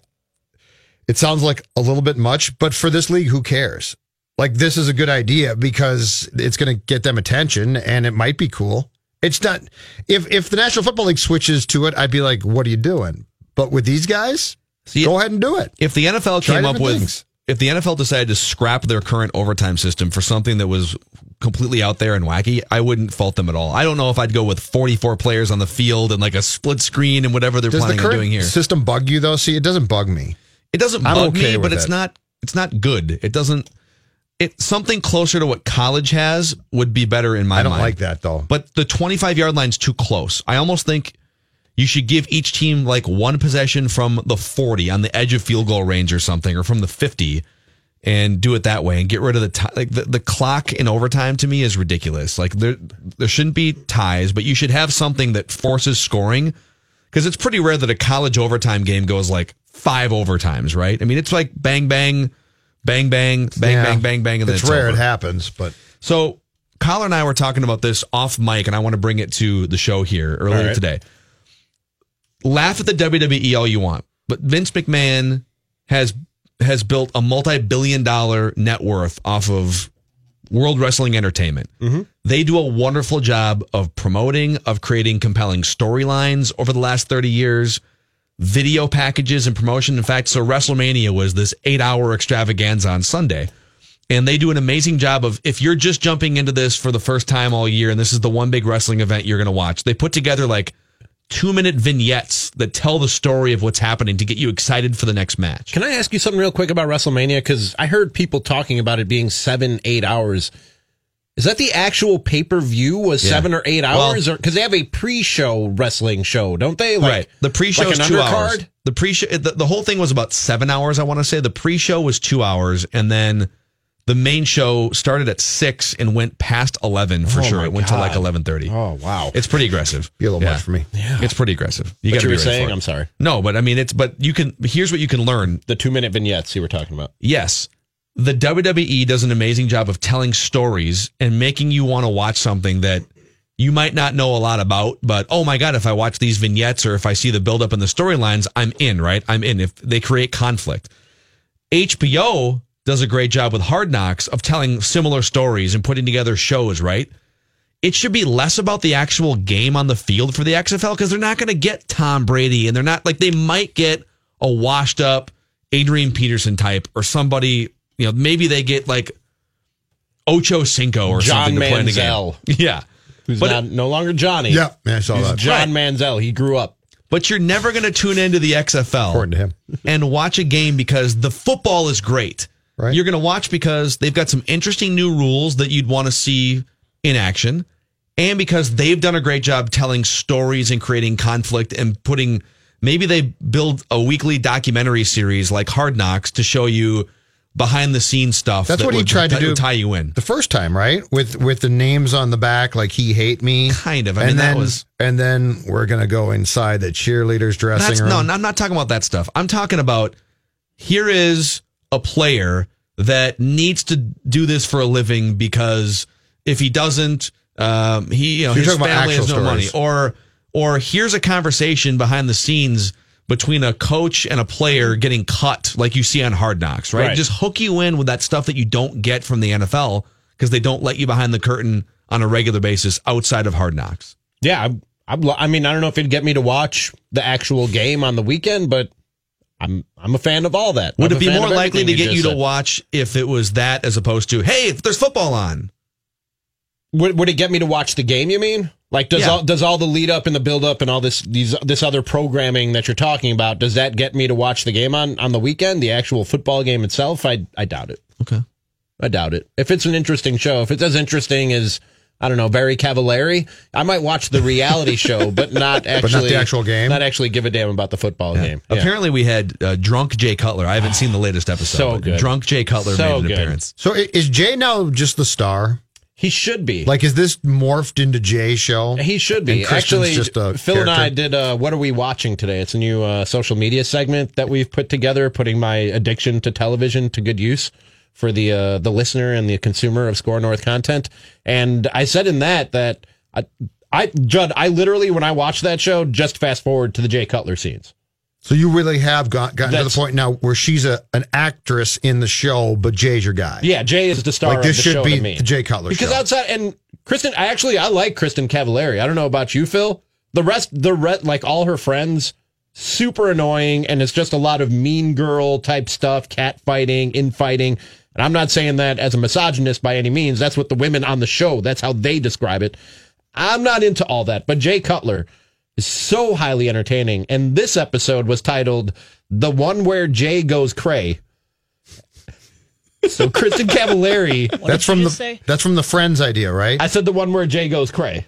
Speaker 4: It sounds like a little bit much, but for this league, who cares? Like, this is a good idea because it's going to get them attention and it might be cool. It's not, if, if the National Football League switches to it, I'd be like, what are you doing? But with these guys,
Speaker 2: See,
Speaker 4: go ahead and do it.
Speaker 2: if the NFL
Speaker 4: Try
Speaker 2: came up
Speaker 4: different
Speaker 2: with
Speaker 4: things.
Speaker 2: if the NFL decided to scrap their current overtime system for something that was completely out there and wacky, I wouldn't fault them at all. I don't know if I'd go with 44 players on the field and like a split screen and whatever they're
Speaker 4: Does the
Speaker 2: planning on
Speaker 4: current
Speaker 2: doing here.
Speaker 4: system bug you though? See, it doesn't bug me.
Speaker 2: It doesn't
Speaker 4: I'm
Speaker 2: bug
Speaker 4: okay
Speaker 2: me,
Speaker 4: with
Speaker 2: but it's
Speaker 4: it.
Speaker 2: not it's not good. It doesn't it something closer to what college has would be better in my
Speaker 4: I don't
Speaker 2: mind.
Speaker 4: like that though.
Speaker 2: But the 25 yard line's too close. I almost think you should give each team like one possession from the 40 on the edge of field goal range or something or from the 50 and do it that way and get rid of the ti like the, the clock in overtime to me is ridiculous. Like there there shouldn't be ties, but you should have something that forces scoring because it's pretty rare that a college overtime game goes like five overtimes, right? I mean, it's like bang bang bang bang bang
Speaker 4: Yeah.
Speaker 2: bang bang bang and then
Speaker 4: it's,
Speaker 2: it's,
Speaker 4: rare
Speaker 2: over.
Speaker 4: it happens, but
Speaker 2: So, Kyle and I were talking about this off mic, and I want to bring it to the show here earlier
Speaker 5: All right.
Speaker 2: today. Laugh at the WWE all you want, but Vince McMahon has has built a multi billion dollar net worth off of World Wrestling Entertainment. They do a wonderful job of promoting, of creating compelling storylines over the last thirty years video packages and promotion. In fact, so WrestleMania was this eight hour extravaganza on Sunday. And they do an amazing job of if you're just jumping into this for the first time all year and this is the one big wrestling event you're going to watch, they put together like two minute vignettes that tell the story of what's happening to get you excited for the next match.
Speaker 5: Can I ask you something real quick about WrestleMania? Because I heard people talking about it being seven, eight hours. Is that the actual pay per view was
Speaker 2: Yeah.
Speaker 5: seven or eight
Speaker 2: Well-
Speaker 5: hours? or because they have a pre show wrestling show, don't they? Like,
Speaker 2: right. The pre show
Speaker 5: like
Speaker 2: is
Speaker 5: an
Speaker 2: two
Speaker 5: undercard?
Speaker 2: hours. The pre show, the, the whole thing was about seven hours, I want to say. The pre show was two hours. And then the main show started at six and went past 11 for
Speaker 5: Oh
Speaker 2: sure.
Speaker 5: my
Speaker 2: It went to like
Speaker 5: God.
Speaker 2: 1130.
Speaker 5: Oh wow.
Speaker 2: It's pretty aggressive.
Speaker 4: be a little
Speaker 2: yeah.
Speaker 4: much for me.
Speaker 2: It's pretty aggressive. You
Speaker 5: What
Speaker 2: got to
Speaker 5: you
Speaker 2: be
Speaker 5: were saying?
Speaker 2: saying.
Speaker 5: I'm sorry.
Speaker 2: No, but I mean, it's but you can. Here's what you can learn.
Speaker 5: The two minute vignettes you were talking about.
Speaker 2: Yes, the WWE does an amazing job of telling stories and making you want to watch something that you might not know a lot about. But oh my god, if I watch these vignettes or if I see the buildup in the storylines, I'm in. Right, I'm in. If they create conflict, HBO does a great job with Hard Knocks of telling similar stories and putting together shows. Right it should be less about the actual game on the field for the XFL because they're not going to get Tom Brady and they're not like they might get a washed up Adrian Peterson type or somebody, you know, maybe they get like Ocho Cinco or
Speaker 5: John
Speaker 2: something to play in the game.
Speaker 5: Manziel.
Speaker 2: Yeah.
Speaker 5: Who's
Speaker 2: But
Speaker 5: not, no longer Johnny.
Speaker 4: Yeah, yeah, I saw
Speaker 5: He's
Speaker 4: that.
Speaker 5: John Manziel. He grew up.
Speaker 2: But you're never going to tune into the XFL
Speaker 4: According to him.
Speaker 2: and watch a game because the football is great.
Speaker 4: Right.
Speaker 2: You're going to watch because they've got some interesting new rules that you'd want to see in action, and because they've done a great job telling stories and creating conflict and putting. Maybe they build a weekly documentary series like Hard Knocks to show you behind the scenes stuff.
Speaker 4: That's
Speaker 2: that
Speaker 4: what he
Speaker 2: would
Speaker 4: tried to
Speaker 2: t-
Speaker 4: do.
Speaker 2: would tie you in.
Speaker 4: The first time, right? With with the names on the back, like he hate me.
Speaker 2: Kind of. I
Speaker 4: and
Speaker 2: mean, that
Speaker 4: then,
Speaker 2: was-
Speaker 4: and then we're gonna go inside the cheerleaders dressing
Speaker 2: That's,
Speaker 4: room.
Speaker 2: no, I'm not talking about that stuff. I'm talking about here is a player that needs to do this for a living because if he doesn't, um, he you know
Speaker 4: So you're
Speaker 2: his
Speaker 4: talking about
Speaker 2: family has no
Speaker 4: actual
Speaker 2: money.
Speaker 4: stories.
Speaker 2: Or or here's a conversation behind the scenes between a coach and a player getting cut, like you see on Hard Knocks, right?
Speaker 5: Right.
Speaker 2: Just hook you in with that stuff that you don't get from the NFL because they don't let you behind the curtain on a regular basis outside of Hard Knocks.
Speaker 5: Yeah. I, I'm, lo- I mean, I don't know if it'd get me to watch the actual game on the weekend, but I'm I'm a fan of all that.
Speaker 2: Would it
Speaker 5: I'm a
Speaker 2: be
Speaker 5: fan
Speaker 2: more
Speaker 5: of
Speaker 2: likely
Speaker 5: everything
Speaker 2: to get
Speaker 5: just
Speaker 2: you to
Speaker 5: said.
Speaker 2: watch if it was that as opposed to, hey, if there's football on?
Speaker 5: Would, would it get me to watch the game? You mean like does
Speaker 2: Yeah.
Speaker 5: all does all the lead up and the build up and all this these this other programming that you're talking about? Does that get me to watch the game on on the weekend? The actual football game itself? I I doubt it.
Speaker 2: Okay.
Speaker 5: I doubt it. If it's an interesting show, if it's as interesting as I don't know, Barry Cavallari, I might watch the reality show, but not actually
Speaker 4: the actual game?
Speaker 5: Not actually give a damn about the football game. Yeah.
Speaker 2: Apparently, we had uh, drunk Jay Cutler. I haven't seen the latest episode.
Speaker 5: So
Speaker 2: but
Speaker 5: good.
Speaker 2: Drunk Jay Cutler
Speaker 5: So
Speaker 2: made an
Speaker 5: good.
Speaker 2: appearance.
Speaker 4: So i- is Jay now just the star?
Speaker 5: he should be.
Speaker 4: Like, is this morphed into Jay show?
Speaker 5: He should be.
Speaker 4: And Christian's
Speaker 5: Actually,
Speaker 4: just a
Speaker 5: Phil and I
Speaker 4: character?
Speaker 5: did uh, What Are We Watching Today? It's a new uh, social media segment that we've put together, putting my addiction to television to good use for the uh, the listener and the consumer of Score North content. And I said in that that I, I Judd, I literally when I watched that show, just fast forward to the Jay Cutler scenes.
Speaker 4: So you really have got, gotten to the
Speaker 5: That's-
Speaker 4: point now where she's a an actress in the show, but Jay's your guy.
Speaker 5: Yeah, Jay is the star.
Speaker 4: like this
Speaker 5: of the
Speaker 4: should
Speaker 5: show
Speaker 4: be
Speaker 5: to me.
Speaker 4: the Jay Cutler
Speaker 5: because
Speaker 4: show.
Speaker 5: outside and Kristen, I actually I like Kristen Cavallari. I don't know about you, Phil. The rest, the rest, like all her friends, super annoying and it's just a lot of mean girl type stuff, cat fighting, infighting. And I'm not saying that as a misogynist by any means. That's what the women on the show, that's how they describe it. I'm not into all that, but Jay Cutler is so highly entertaining. And this episode was titled The One Where Jay Goes Cray. So Kristen Cavallari,
Speaker 4: that's
Speaker 3: did
Speaker 4: from
Speaker 3: you
Speaker 4: the
Speaker 3: just say?
Speaker 4: that's from the Friends idea, right?
Speaker 5: I said the one where Jay goes cray.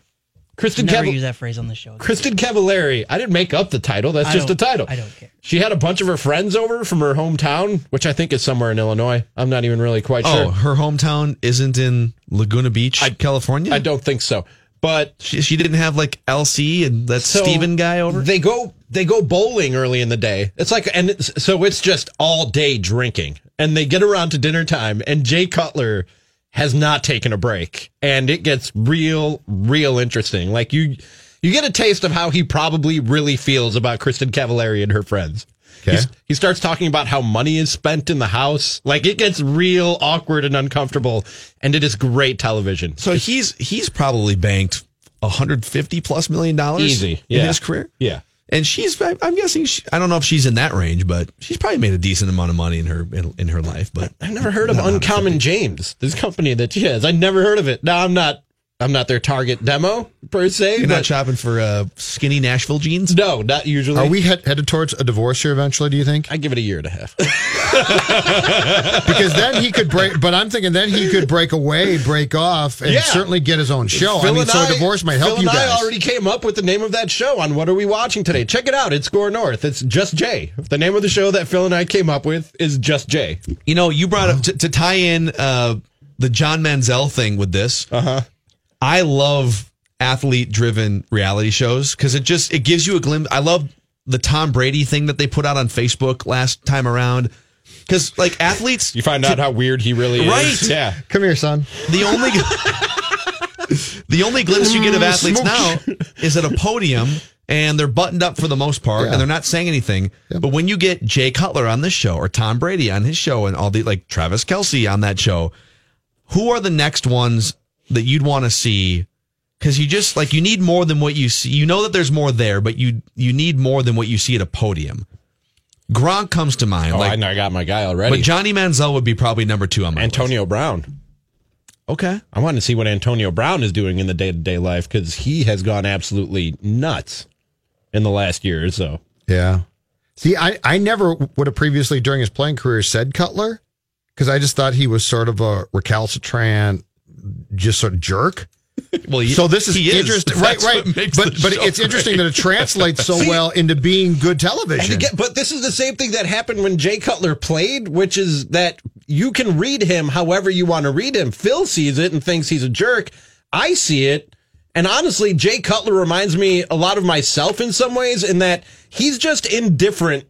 Speaker 5: Kristen
Speaker 3: Never
Speaker 5: Cavallari.
Speaker 3: use that phrase on the show.
Speaker 5: Kristen Cavallari. I didn't make up the title. That's
Speaker 3: I
Speaker 5: just the
Speaker 3: don't-
Speaker 5: title.
Speaker 3: I don't care.
Speaker 5: She had a bunch of her friends over from her hometown, which I think is somewhere in Illinois. I'm not even really quite
Speaker 2: Oh,
Speaker 5: sure.
Speaker 2: her hometown isn't in Laguna Beach, California.
Speaker 5: I don't think so. But
Speaker 2: She, she didn't have like LC and that
Speaker 5: so
Speaker 2: Steven guy over.
Speaker 5: They go they go bowling early in the day. It's like and it's, so it's just all day drinking. And they get around to dinner time and Jay Cutler has not taken a break. And it gets real real interesting. Like you you get a taste of how he probably really feels about Kristen Cavallari and her friends. He's- He starts talking about how money is spent in the house. Like it gets real awkward and uncomfortable, and it is great television.
Speaker 2: so he's he's probably banked 150 plus million dollars
Speaker 5: Easy,
Speaker 2: in
Speaker 5: yeah.
Speaker 2: his career.
Speaker 5: Yeah.
Speaker 2: And she's I- I'm guessing she, I don't know if she's in that range, but she's probably made a decent amount of money in her in, in her life. But
Speaker 5: I've never heard of Uncommon James, this company that she has. I never heard of it. Now I'm not I'm not their target demo per se.
Speaker 2: you're not
Speaker 5: But
Speaker 2: shopping for uh, skinny Nashville jeans.
Speaker 5: no, not usually.
Speaker 4: Are we head, headed towards a divorce here eventually? Do you think?
Speaker 5: I give it a year and a half.
Speaker 4: Because then he could break. But I'm thinking then he could break away, break off, and
Speaker 5: Yeah.
Speaker 4: certainly get his own show. I
Speaker 5: Phil
Speaker 4: mean,
Speaker 5: and
Speaker 4: so a divorce might help
Speaker 5: Phil
Speaker 4: you
Speaker 5: and
Speaker 4: guys.
Speaker 5: I already came up with the name of that show on What Are We Watching Today. Check it out. It's Score North. It's Just Jay. The name of the show that Phil and I came up with is Just Jay.
Speaker 2: You know, you brought up to, to tie in uh, the John Manziel thing with this. Uh huh. I love athlete-driven reality shows because it just it gives you a glimpse. I love the Tom Brady thing that they put out on Facebook last time around because like athletes,
Speaker 5: You find out how weird he really
Speaker 2: Right.
Speaker 5: is. Yeah.
Speaker 4: Come here, son.
Speaker 2: the only the only glimpse you get of athletes now is at a podium and they're buttoned up for the most part
Speaker 4: Yeah.
Speaker 2: and they're not saying anything but when you get jay cutler on this show or tom brady on his show and all the like travis kelsey on that show who are the next ones that you'd want to see because you just like you need more than what you see you know that there's more there but you you need more than what you see at a podium gronk comes to mind
Speaker 5: Oh,
Speaker 2: like
Speaker 5: I, know I got my guy already.
Speaker 2: but johnny manziel would be probably number two on my list.
Speaker 5: Antonio Brown.
Speaker 2: okay
Speaker 5: I want to see what Antonio Brown is doing in the day to day life because he has gone absolutely nuts in the last year or so.
Speaker 4: Yeah. See, I, I never would have previously during his playing career said Cutler because I just thought he was sort of a recalcitrant, just sort of jerk.
Speaker 2: well he-
Speaker 4: So this is
Speaker 2: he
Speaker 4: interesting, right?
Speaker 2: That's
Speaker 4: Right.
Speaker 2: what makes
Speaker 4: But
Speaker 2: the
Speaker 4: but
Speaker 2: show
Speaker 4: it's interesting that it translates so well into being good television.
Speaker 5: And again, but this is the same thing that happened when Jay Cutler played, which is that you can read him however you want to read him. Phil sees it and thinks he's a jerk. I see it. And honestly, Jay Cutler reminds me a lot of myself in some ways in that he's just indifferent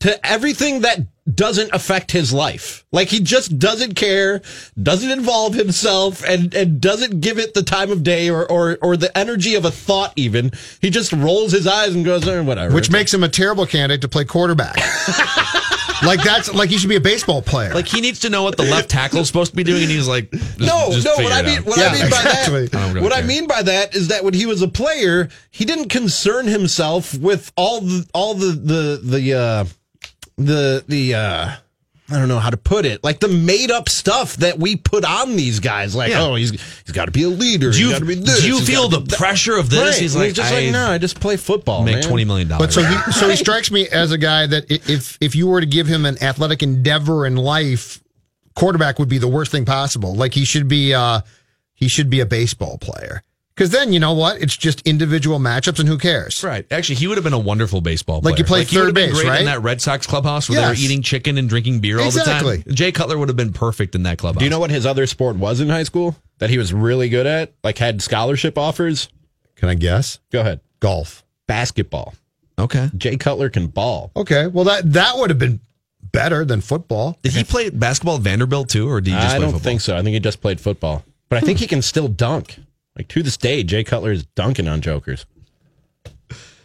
Speaker 5: to everything that doesn't affect his life. Like he just doesn't care, doesn't involve himself, and, and doesn't give it the time of day or, or, or the energy of a thought even. He just rolls his eyes and goes, eh, whatever.
Speaker 4: which makes him a terrible candidate to play quarterback. like that's like he should be a baseball player.
Speaker 2: Like he needs to know what the left tackle's supposed to be doing, and he's like, just-
Speaker 5: No,
Speaker 2: just
Speaker 5: no.
Speaker 2: figure
Speaker 5: What I
Speaker 2: it
Speaker 5: mean,
Speaker 2: out.
Speaker 5: what
Speaker 4: Yeah,
Speaker 5: I mean by
Speaker 4: exactly.
Speaker 5: that,
Speaker 2: don't really
Speaker 5: what I
Speaker 2: care.
Speaker 5: mean by that is that when he was a player, he didn't concern himself with all the all the the the uh, the the. Uh, I don't know how to put it. Like the made up stuff that we put on these guys. Like,
Speaker 2: Yeah.
Speaker 5: oh, he's he's got to be a leader.
Speaker 2: do
Speaker 5: he's
Speaker 2: you,
Speaker 5: gotta be this,
Speaker 2: do you
Speaker 5: he's
Speaker 2: feel
Speaker 5: gotta
Speaker 2: the
Speaker 5: be that.
Speaker 2: pressure of this?
Speaker 5: Right.
Speaker 2: He's
Speaker 5: and
Speaker 2: like,
Speaker 5: just
Speaker 2: I
Speaker 5: like, no, I just play football.
Speaker 2: make
Speaker 5: man."
Speaker 2: twenty million
Speaker 4: But
Speaker 2: dollars.
Speaker 4: so he so he strikes me as a guy that i- if if you were to give him an athletic endeavor in life, quarterback would be the worst thing possible. Like he should be uh he should be a baseball player. Cuz then you know what? It's just individual matchups and who cares.
Speaker 2: right? Actually, he would have been a wonderful baseball player.
Speaker 4: Like you played
Speaker 2: he would have
Speaker 4: third
Speaker 2: been
Speaker 4: base,
Speaker 2: great
Speaker 4: right?
Speaker 2: In that Red Sox clubhouse where they
Speaker 4: Yes.
Speaker 2: were eating chicken and drinking beer all the
Speaker 4: Exactly.
Speaker 2: time. Jay Cutler would have been perfect in that clubhouse.
Speaker 5: Do you know what his other sport was in high school that he was really good at? Like had scholarship offers.
Speaker 4: Can I guess?
Speaker 5: Go ahead.
Speaker 4: Golf.
Speaker 5: Basketball.
Speaker 2: Okay.
Speaker 5: Jay Cutler can ball.
Speaker 4: Okay. Well that that would have been better than football.
Speaker 2: Did he play basketball at Vanderbilt too, or did he just
Speaker 5: I
Speaker 2: play
Speaker 5: don't
Speaker 2: football?
Speaker 5: think so. I think he just played football. But I think he can still dunk. Like to this day, Jay Cutler is dunking on jokers.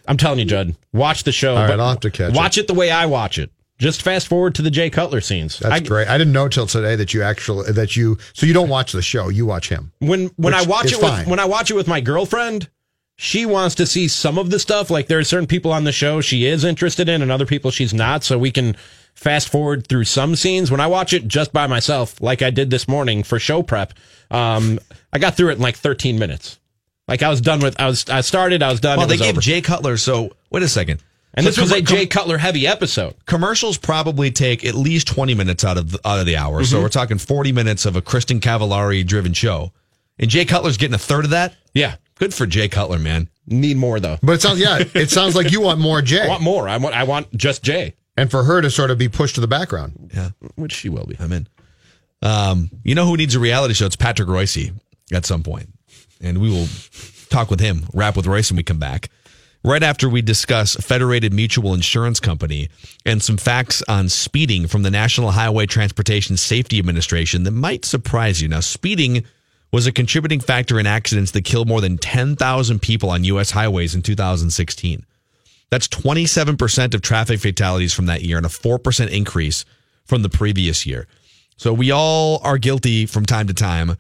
Speaker 5: I'm telling you, Judd, watch the show.
Speaker 4: All right,
Speaker 5: but
Speaker 4: I'll have to catch
Speaker 5: Watch it. the way I watch it. Just fast forward to the Jay Cutler scenes.
Speaker 4: That's
Speaker 5: I,
Speaker 4: great. I didn't know till today that you actually that you so you don't watch the show, you watch him.
Speaker 5: When when
Speaker 4: Which
Speaker 5: I watch
Speaker 4: is
Speaker 5: it with,
Speaker 4: fine.
Speaker 5: when I watch it with my girlfriend, she wants to see some of the stuff. Like there are certain people on the show she is interested in, and other people she's not. So we can fast forward through some scenes. When I watch it just by myself, like I did this morning for show prep, um, I got through it in like 13 minutes. Like I was done with. I was. I started. I was done.
Speaker 2: Well,
Speaker 5: it
Speaker 2: they
Speaker 5: was
Speaker 2: gave
Speaker 5: over.
Speaker 2: Jay Cutler. So wait a second.
Speaker 5: and
Speaker 2: So
Speaker 5: this was
Speaker 2: com-
Speaker 5: a Jay Cutler heavy episode.
Speaker 2: commercials probably take at least 20 minutes out of the, out of the hour.
Speaker 5: Mm-hmm.
Speaker 2: So we're talking 40 minutes of a Kristen Cavallari driven show. And Jay Cutler's getting a third of that.
Speaker 5: Yeah,
Speaker 2: Good for Jay Cutler, man.
Speaker 5: need more though.
Speaker 4: But it sounds yeah, it sounds like you want more Jay,
Speaker 5: I want more. I want. I want just Jay,
Speaker 4: and for her to sort of be pushed to the background.
Speaker 5: which she will be.
Speaker 2: I'm in. Um, you know who needs a reality show? It's Patrick Royce at some point. And we will talk with him, wrap with Royce when we come back. Right after we discuss Federated Mutual Insurance Company and some facts on speeding from the National Highway Transportation Safety Administration that might surprise you. Now, speeding was a contributing factor in accidents that killed more than 10,000 people on U.S. highways in 2016. That's 27% of traffic fatalities from that year and a 4% increase from the previous year. So we all are guilty from time to time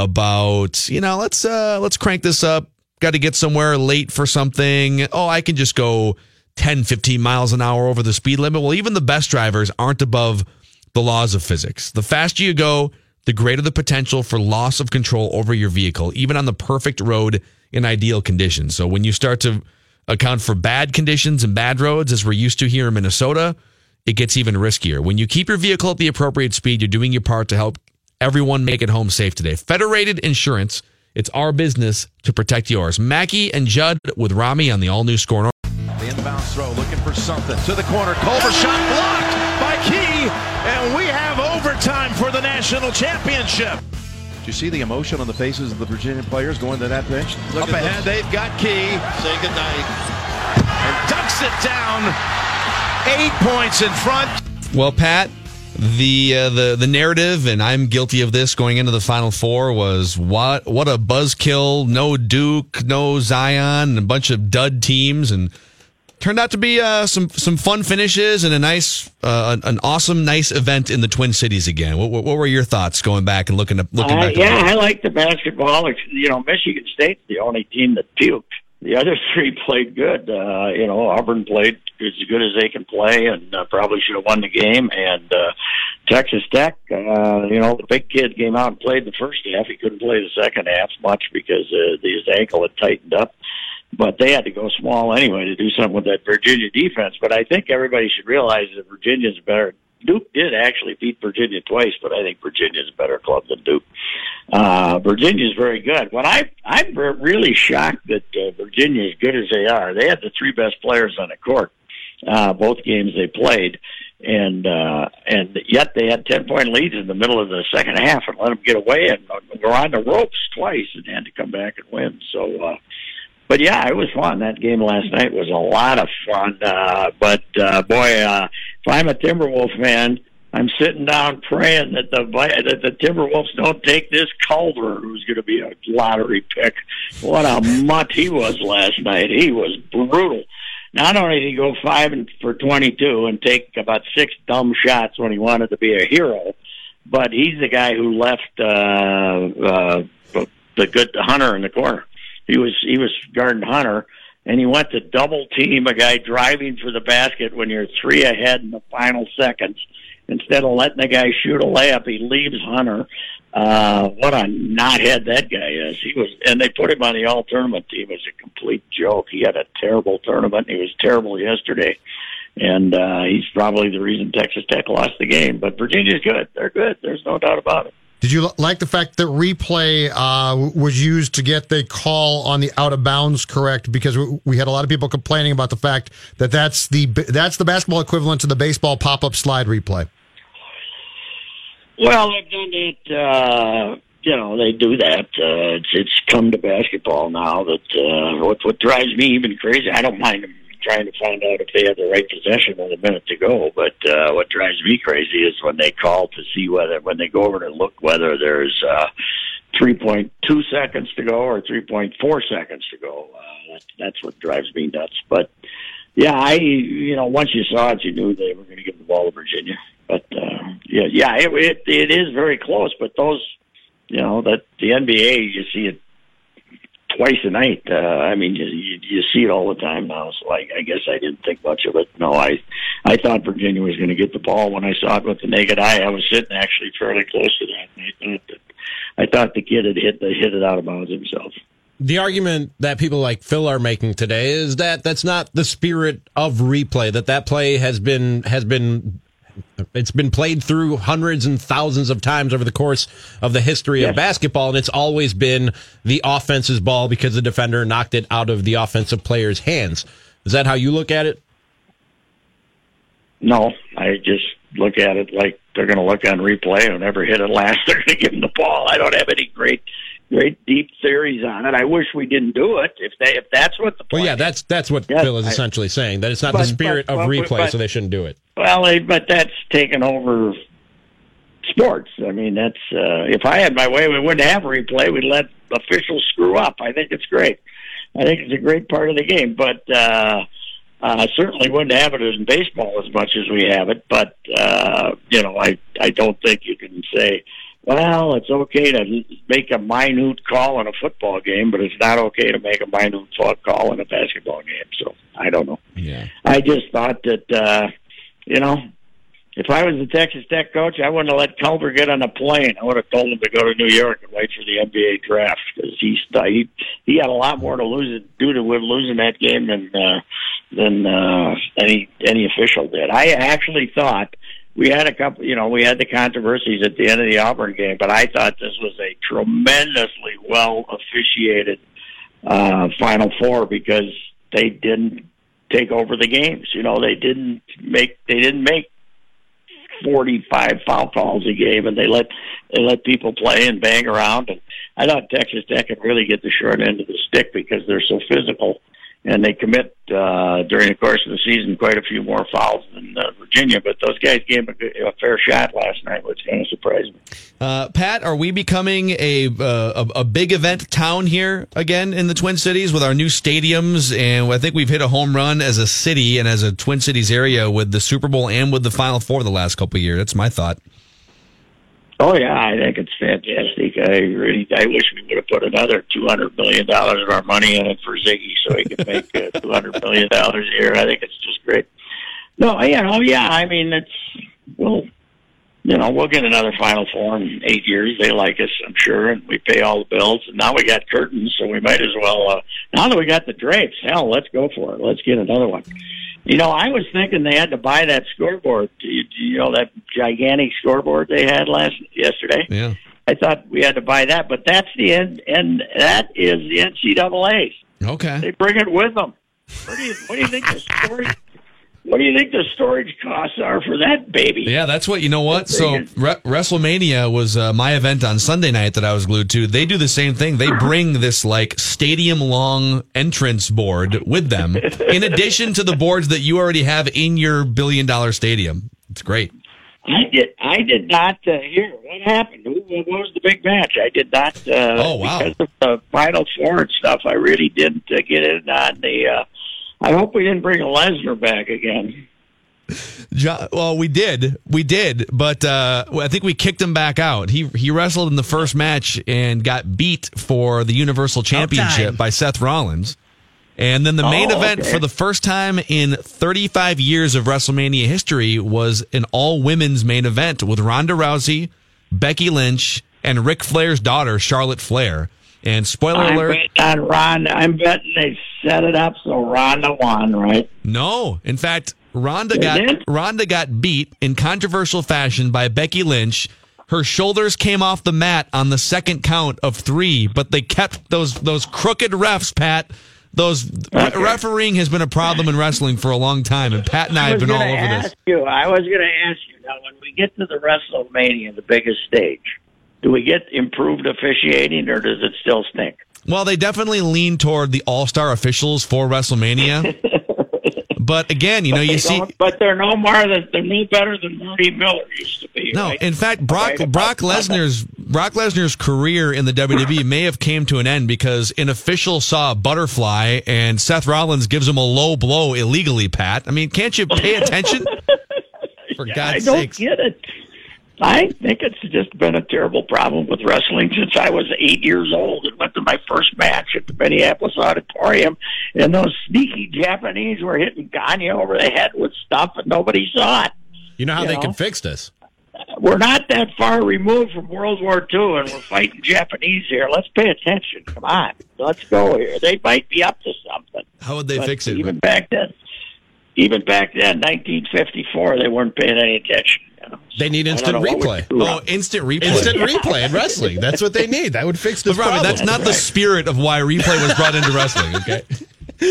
Speaker 2: about, you know, let's uh let's crank this up. Got to get somewhere late for something. Oh, I can just go 10, 15 miles an hour over the speed limit. Well, even the best drivers aren't above the laws of physics. The faster you go, the greater the potential for loss of control over your vehicle, even on the perfect road in ideal conditions. So when you start to account for bad conditions and bad roads, as we're used to here in Minnesota, it gets even riskier. When you keep your vehicle at the appropriate speed, you're doing your part to help everyone make it home safe today. Federated Insurance, it's our business to protect yours. Mackey and Judd with Rami on the all new score.
Speaker 7: The inbound throw looking for something to the corner. Culver shot blocked by Key, and we have overtime for the national championship. Did you see the emotion on the faces of the Virginia players going to that bench? Up ahead, they've got Key. Say goodnight. And dunks it down. Eight points in front.
Speaker 2: Well, Pat, the uh, the the narrative, and I'm guilty of this going into the Final Four, was what what a buzzkill! No Duke, no Zion, and a bunch of dud teams, and turned out to be uh, some some fun finishes and a nice uh, an, an awesome nice event in the Twin Cities again. What, what, what were your thoughts going back and looking up looking
Speaker 8: I,
Speaker 2: back?
Speaker 8: yeah, I like the basketball. It's, you know, Michigan State's the only team that puked. The other three played good. Uh, you know, Auburn played as good as they can play, and uh, probably should have won the game. And uh, Texas Tech, uh, you know, the big kid came out and played the first half. He couldn't play the second half much because uh, his ankle had tightened up. But they had to go small anyway to do something with that Virginia defense. But I think everybody should realize that Virginia's better. Duke did actually beat Virginia twice, but I think Virginia's a better club than Duke uh, Virginia's very good. When I I'm re- really shocked that uh, Virginia, as good as they are, they had the three best players on the court, uh, both games they played, and uh, and yet they had ten point leads in the middle of the second half and let them get away and uh, were on the ropes twice and had to come back and win. So. Uh, but yeah, it was fun. That game last night was a lot of fun. Uh, but uh, boy, uh, if I'm a Timberwolf fan, I'm sitting down praying that the Vi- that the Timberwolves don't take this Culver, who's going to be a lottery pick. What a mutt he was last night. He was brutal. Not only did he go five and for 22 and take about six dumb shots when he wanted to be a hero, but he's the guy who left uh, uh, the good Hunter in the corner he was he was guarding Hunter, and he went to double team a guy driving for the basket when you're three ahead in the final seconds. Instead of letting the guy shoot a layup, he leaves Hunter. Uh, what a knothead that guy is. He was, and they put him on the all tournament team. It's a complete joke. He had a terrible tournament. And he was terrible yesterday, and uh, he's probably the reason Texas Tech lost the game. But Virginia's good. They're good. There's no doubt about it.
Speaker 4: Did you li- like the fact that replay uh, w- was used to get the call on the out of bounds correct? Because w- we had a lot of people complaining about the fact that that's the b- that's the basketball equivalent to the baseball pop up slide replay.
Speaker 8: Well, they've done it. Uh, you know, they do that. Uh, it's it's come to basketball now. That uh, what what drives me even crazy. I don't mind them trying to find out if they have the right possession with a minute to go. But uh, what drives me crazy is when they call to see whether when they go over to look whether there's uh, three point two seconds to go or three point four seconds to go. Uh, that's that's what drives me nuts. But yeah, I you know once you saw it, you knew they were going to give the ball to Virginia. But uh, yeah, yeah, it, it it is very close. But those, you know, that the NBA, you see it twice a night. Uh, I mean, you, you, you see it all the time now. So I, I guess I didn't think much of it. No, I I thought Virginia was going to get the ball when I saw it with the naked eye. I was sitting actually fairly close to that. And I thought that I thought the kid had hit the, hit it out of bounds himself.
Speaker 2: The argument that people like Phil are making today is that that's not the spirit of replay. That that play has been has been it's been played through hundreds and thousands of times over the course of the history of basketball, and it's always been the offense's ball because the defender knocked it out of the offensive player's hands. Is that how you look at it?
Speaker 8: No, I just look at it like they're going to look on replay. Whoever hit it last, they're going to give them the ball. I don't have any great, great deep theories on it. I wish we didn't do it. If they, if that's what the
Speaker 2: Well, yeah, that's that's what
Speaker 8: Yes,
Speaker 2: Phil is
Speaker 8: I-
Speaker 2: essentially saying that it's not the
Speaker 8: But-
Speaker 2: spirit
Speaker 8: but-
Speaker 2: of
Speaker 8: but-
Speaker 2: replay,
Speaker 8: but-
Speaker 2: so they shouldn't do it.
Speaker 8: Well, eh, but that's taken over sports. I mean, that's uh, if I had my way, we wouldn't have a replay. We'd let officials screw up. I think it's great. I think it's a great part of the game, but uh, uh, certainly wouldn't have it in baseball as much as we have it. But uh, you know, I I don't think you can say. Well, it's okay to make a minute call in a football game, but it's not okay to make a minute call in a basketball game. So I don't know.
Speaker 2: Yeah.
Speaker 8: I just thought that uh, you know, if I was the Texas Tech coach, I wouldn't have let Culver get on a plane. I would have told him to go to New York and wait for the NBA draft because he he he had a lot more to lose due to with losing that game than uh, than uh, any any official did. I actually thought we had a couple, you know, we had the controversies at the end of the Auburn game, but I thought this was a tremendously well officiated uh, Final Four because they didn't take over the games. You know, they didn't make they didn't make forty five foul calls a game, and they let they let people play and bang around. And I thought Texas Tech could really get the short end of the stick because they're so physical. And they commit uh, during the course of the season quite a few more fouls than uh, Virginia, but those guys gave them a, good- a fair shot last night, which kind of surprised me.
Speaker 5: Uh, Pat, are we becoming a, uh, a a big event town here again in the Twin Cities with our new stadiums? And I think we've hit a home run as a city and as a Twin Cities area with the Super Bowl and with the Final Four the last couple of years. That's my thought.
Speaker 8: Oh yeah, I think it's fantastic. I really, I wish we would have put another two hundred million dollars of our money in it for Ziggy, so he could make uh, two hundred million dollars a year. I think it's just great. No, you know, yeah. I mean, it's well, you know, we'll get another Final Four in eight years. They like us, I'm sure, and we pay all the bills. And now we got curtains, so we might as well. Uh, now that we got the drapes, hell, let's go for it. Let's get another one. You know, I was thinking they had to buy that scoreboard. You, you know, that gigantic scoreboard they had last yesterday.
Speaker 5: Yeah.
Speaker 8: I thought we had to buy that, but that's the end, and that is the NCAA's.
Speaker 5: Okay.
Speaker 8: They bring it with them. What do you, what do you think the storage? What do you think the storage costs are for that baby?
Speaker 5: Yeah, that's what you know. What so Re- WrestleMania was uh, my event on Sunday night that I was glued to. They do the same thing. They bring this like stadium long entrance board with them, in addition to the boards that you already have in your billion dollar stadium. It's great.
Speaker 8: I did. I did not uh, hear what happened. Who- What was the big match? I did not. Uh,
Speaker 5: Oh, wow.
Speaker 8: Because of the final four and stuff, I really didn't uh, get in on the. Uh, I hope we didn't bring Lesnar back again.
Speaker 5: Jo- well, we did, we did, but uh, I think we kicked him back out. He he wrestled in the first match and got beat for the Universal Championship by Seth Rollins. And then the main
Speaker 9: Oh,
Speaker 5: event
Speaker 9: okay.
Speaker 5: for the first time in 35 years of WrestleMania history was an all women's main event with Ronda Rousey, Becky Lynch, and Ric Flair's daughter Charlotte Flair. And spoiler
Speaker 8: I'm
Speaker 5: alert:
Speaker 8: betting on Ronda. I'm betting they set it up so Ronda won, right?
Speaker 5: No, in fact, Rhonda
Speaker 8: They
Speaker 5: got
Speaker 8: did?
Speaker 5: Rhonda got beat in controversial fashion by Becky Lynch. Her shoulders came off the mat on the second count of three, but they kept those those crooked refs. Pat, those re- refereeing has been a problem in wrestling for a long time, and Pat and I, have
Speaker 8: was
Speaker 5: been all
Speaker 8: gonna
Speaker 5: over
Speaker 8: ask
Speaker 5: this.
Speaker 8: You, I was going to ask you now. When we get to the WrestleMania, the biggest stage, do we get improved officiating, or does it still stink?
Speaker 5: Well, they definitely lean toward the All Star officials for WrestleMania, but again, you know,
Speaker 8: They
Speaker 5: you see,
Speaker 8: don't- but they're no more than they're no better than Marty Miller used to be.
Speaker 5: No,
Speaker 8: right?
Speaker 5: in fact, Brock
Speaker 8: Right.
Speaker 5: Brock Lesnar's Brock Lesnar's career in the WWE may have came to an end because an official saw a butterfly and Seth Rollins gives him a low blow illegally. Pat, I mean, can't you pay attention? For
Speaker 8: I
Speaker 5: God's
Speaker 8: don't
Speaker 5: sakes,
Speaker 8: get it. I think it's just been a terrible problem with wrestling since I was eight years old and went to my first match at the Minneapolis Auditorium, and those sneaky Japanese were hitting Ganya over the head with stuff, and nobody saw it.
Speaker 2: You know how
Speaker 8: You
Speaker 2: they
Speaker 8: know?
Speaker 2: can fix this.
Speaker 8: We're not that far removed from World War II, and we're fighting Japanese here. Let's pay attention. Come on, let's go here. They might be up to something.
Speaker 5: How would they
Speaker 8: But
Speaker 5: fix it?
Speaker 8: Even back then, even back then, 1954, they weren't paying any attention. you know.
Speaker 2: They need
Speaker 8: I don't
Speaker 2: instant
Speaker 8: know what
Speaker 2: replay.
Speaker 8: we-
Speaker 5: Oh, instant replay.
Speaker 2: Instant replay in wrestling. That's what they need. That would fix
Speaker 5: But
Speaker 2: this
Speaker 5: Robbie,
Speaker 2: problem.
Speaker 5: that's not the spirit of why replay was brought into wrestling. Okay,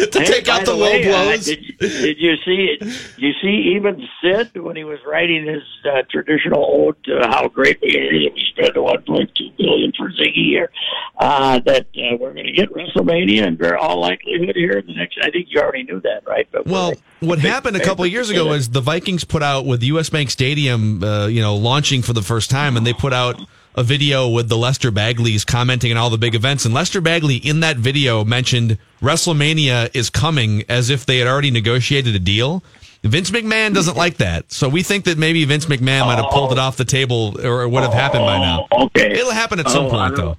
Speaker 2: to
Speaker 8: Hey,
Speaker 2: take
Speaker 8: by
Speaker 2: out the
Speaker 8: the
Speaker 2: low
Speaker 8: way, uh,
Speaker 2: blows.
Speaker 8: did, did you see? Did you see even Sid when he was writing his uh, traditional ode to how great we are that we spent 1.2 billion for Ziggy here? Uh, that uh, we're going to get WrestleMania and very all likelihood here in the next. I think you already knew that, right? But
Speaker 5: Well, what happened a couple of years ago is the Vikings put out with US Bank Stadium, uh, you know, launching for the first time, and they put out a video with the Lester Bagleys commenting on all the big events. And Lester Bagley in that video mentioned WrestleMania is coming as if they had already negotiated a deal. Vince McMahon doesn't like that. So we think that maybe Vince McMahon might have pulled it off the table or it would have happened by now.
Speaker 8: Oh, okay,
Speaker 5: It'll happen at some
Speaker 8: Oh, I
Speaker 5: point,
Speaker 8: don't know.
Speaker 5: though.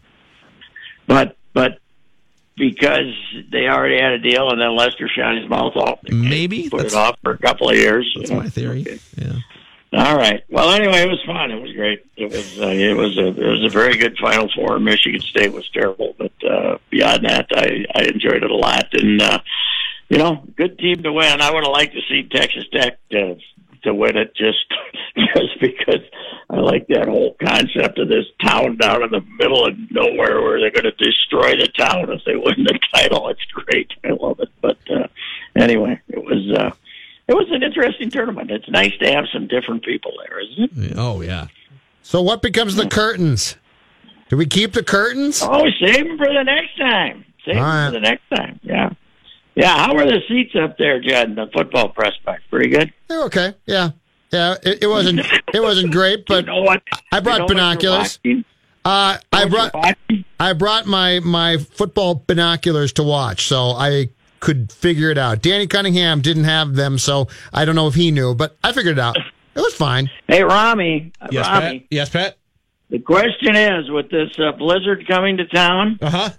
Speaker 8: but but because they already had a deal, and then Lester shot his mouth off. They
Speaker 5: Maybe.
Speaker 8: put
Speaker 5: That's,
Speaker 8: it off for a couple of years.
Speaker 5: that's
Speaker 8: you know.
Speaker 5: my theory. Yeah.
Speaker 8: All right. Well, anyway, it was fun. It was great. It was uh, it was a it was a very good Final Four. Michigan State was terrible, but uh, beyond that, I I enjoyed it a lot. And uh, you know, good team to win. I would have liked to see Texas Tech to, to win it just just because I like that whole concept of this town down in the middle of nowhere where they're going to destroy the town if they win the title. It's great. I love it. But uh, anyway, it was. Uh, it was an interesting tournament. It's nice to have some different people there, isn't
Speaker 4: Mm-hmm.
Speaker 8: it?
Speaker 5: Yeah. Oh, yeah.
Speaker 4: So what becomes the curtains? Do we keep the curtains?
Speaker 8: Oh, save them for the next time. Save them
Speaker 4: All right.
Speaker 8: for the next time. Yeah. Yeah. How were the seats up there, Judd, in the football press box? Pretty good.
Speaker 4: They're okay. Yeah, yeah. It, it wasn't. It wasn't great,
Speaker 8: But
Speaker 4: but
Speaker 8: you know what?
Speaker 4: I brought
Speaker 8: you know what you're
Speaker 4: binoculars.
Speaker 8: watching?
Speaker 4: uh,
Speaker 8: You know
Speaker 4: I
Speaker 8: what
Speaker 4: brought
Speaker 8: you're watching?
Speaker 4: I brought my my football binoculars to watch, so I could figure it out. Danny Cunningham didn't have them, so I don't know if he knew, but I figured it out. It was fine.
Speaker 8: Hey, Rami. Uh,
Speaker 2: Yes, Pat.
Speaker 8: Rami.
Speaker 2: Yes, Pat.
Speaker 8: The question is, with this uh, blizzard coming to town,
Speaker 2: Uh
Speaker 5: Uh-huh.
Speaker 2: huh.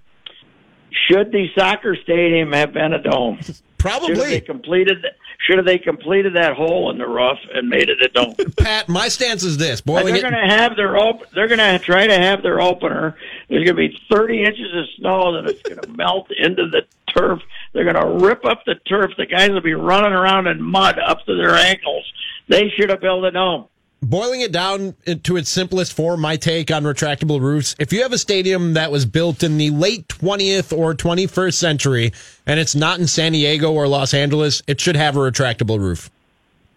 Speaker 8: should the soccer stadium have been a dome? Should have they
Speaker 2: Probably.
Speaker 8: completed? Should have they completed that hole in the roof and made it a dome?
Speaker 2: Pat, my stance is this: boiling
Speaker 8: they're
Speaker 2: it.
Speaker 8: going to have their op- They're going to try to have their opener. There's going to be 30 inches of snow that it's going to melt into the turf. They're going to rip up the turf. The guys will be running around in mud up to their ankles. They should have built a dome.
Speaker 2: boiling it down to its simplest form, my take on retractable roofs. If you have a stadium that was built in the late 20th or 21st century and it's not in San Diego or Los Angeles, it should have a retractable roof.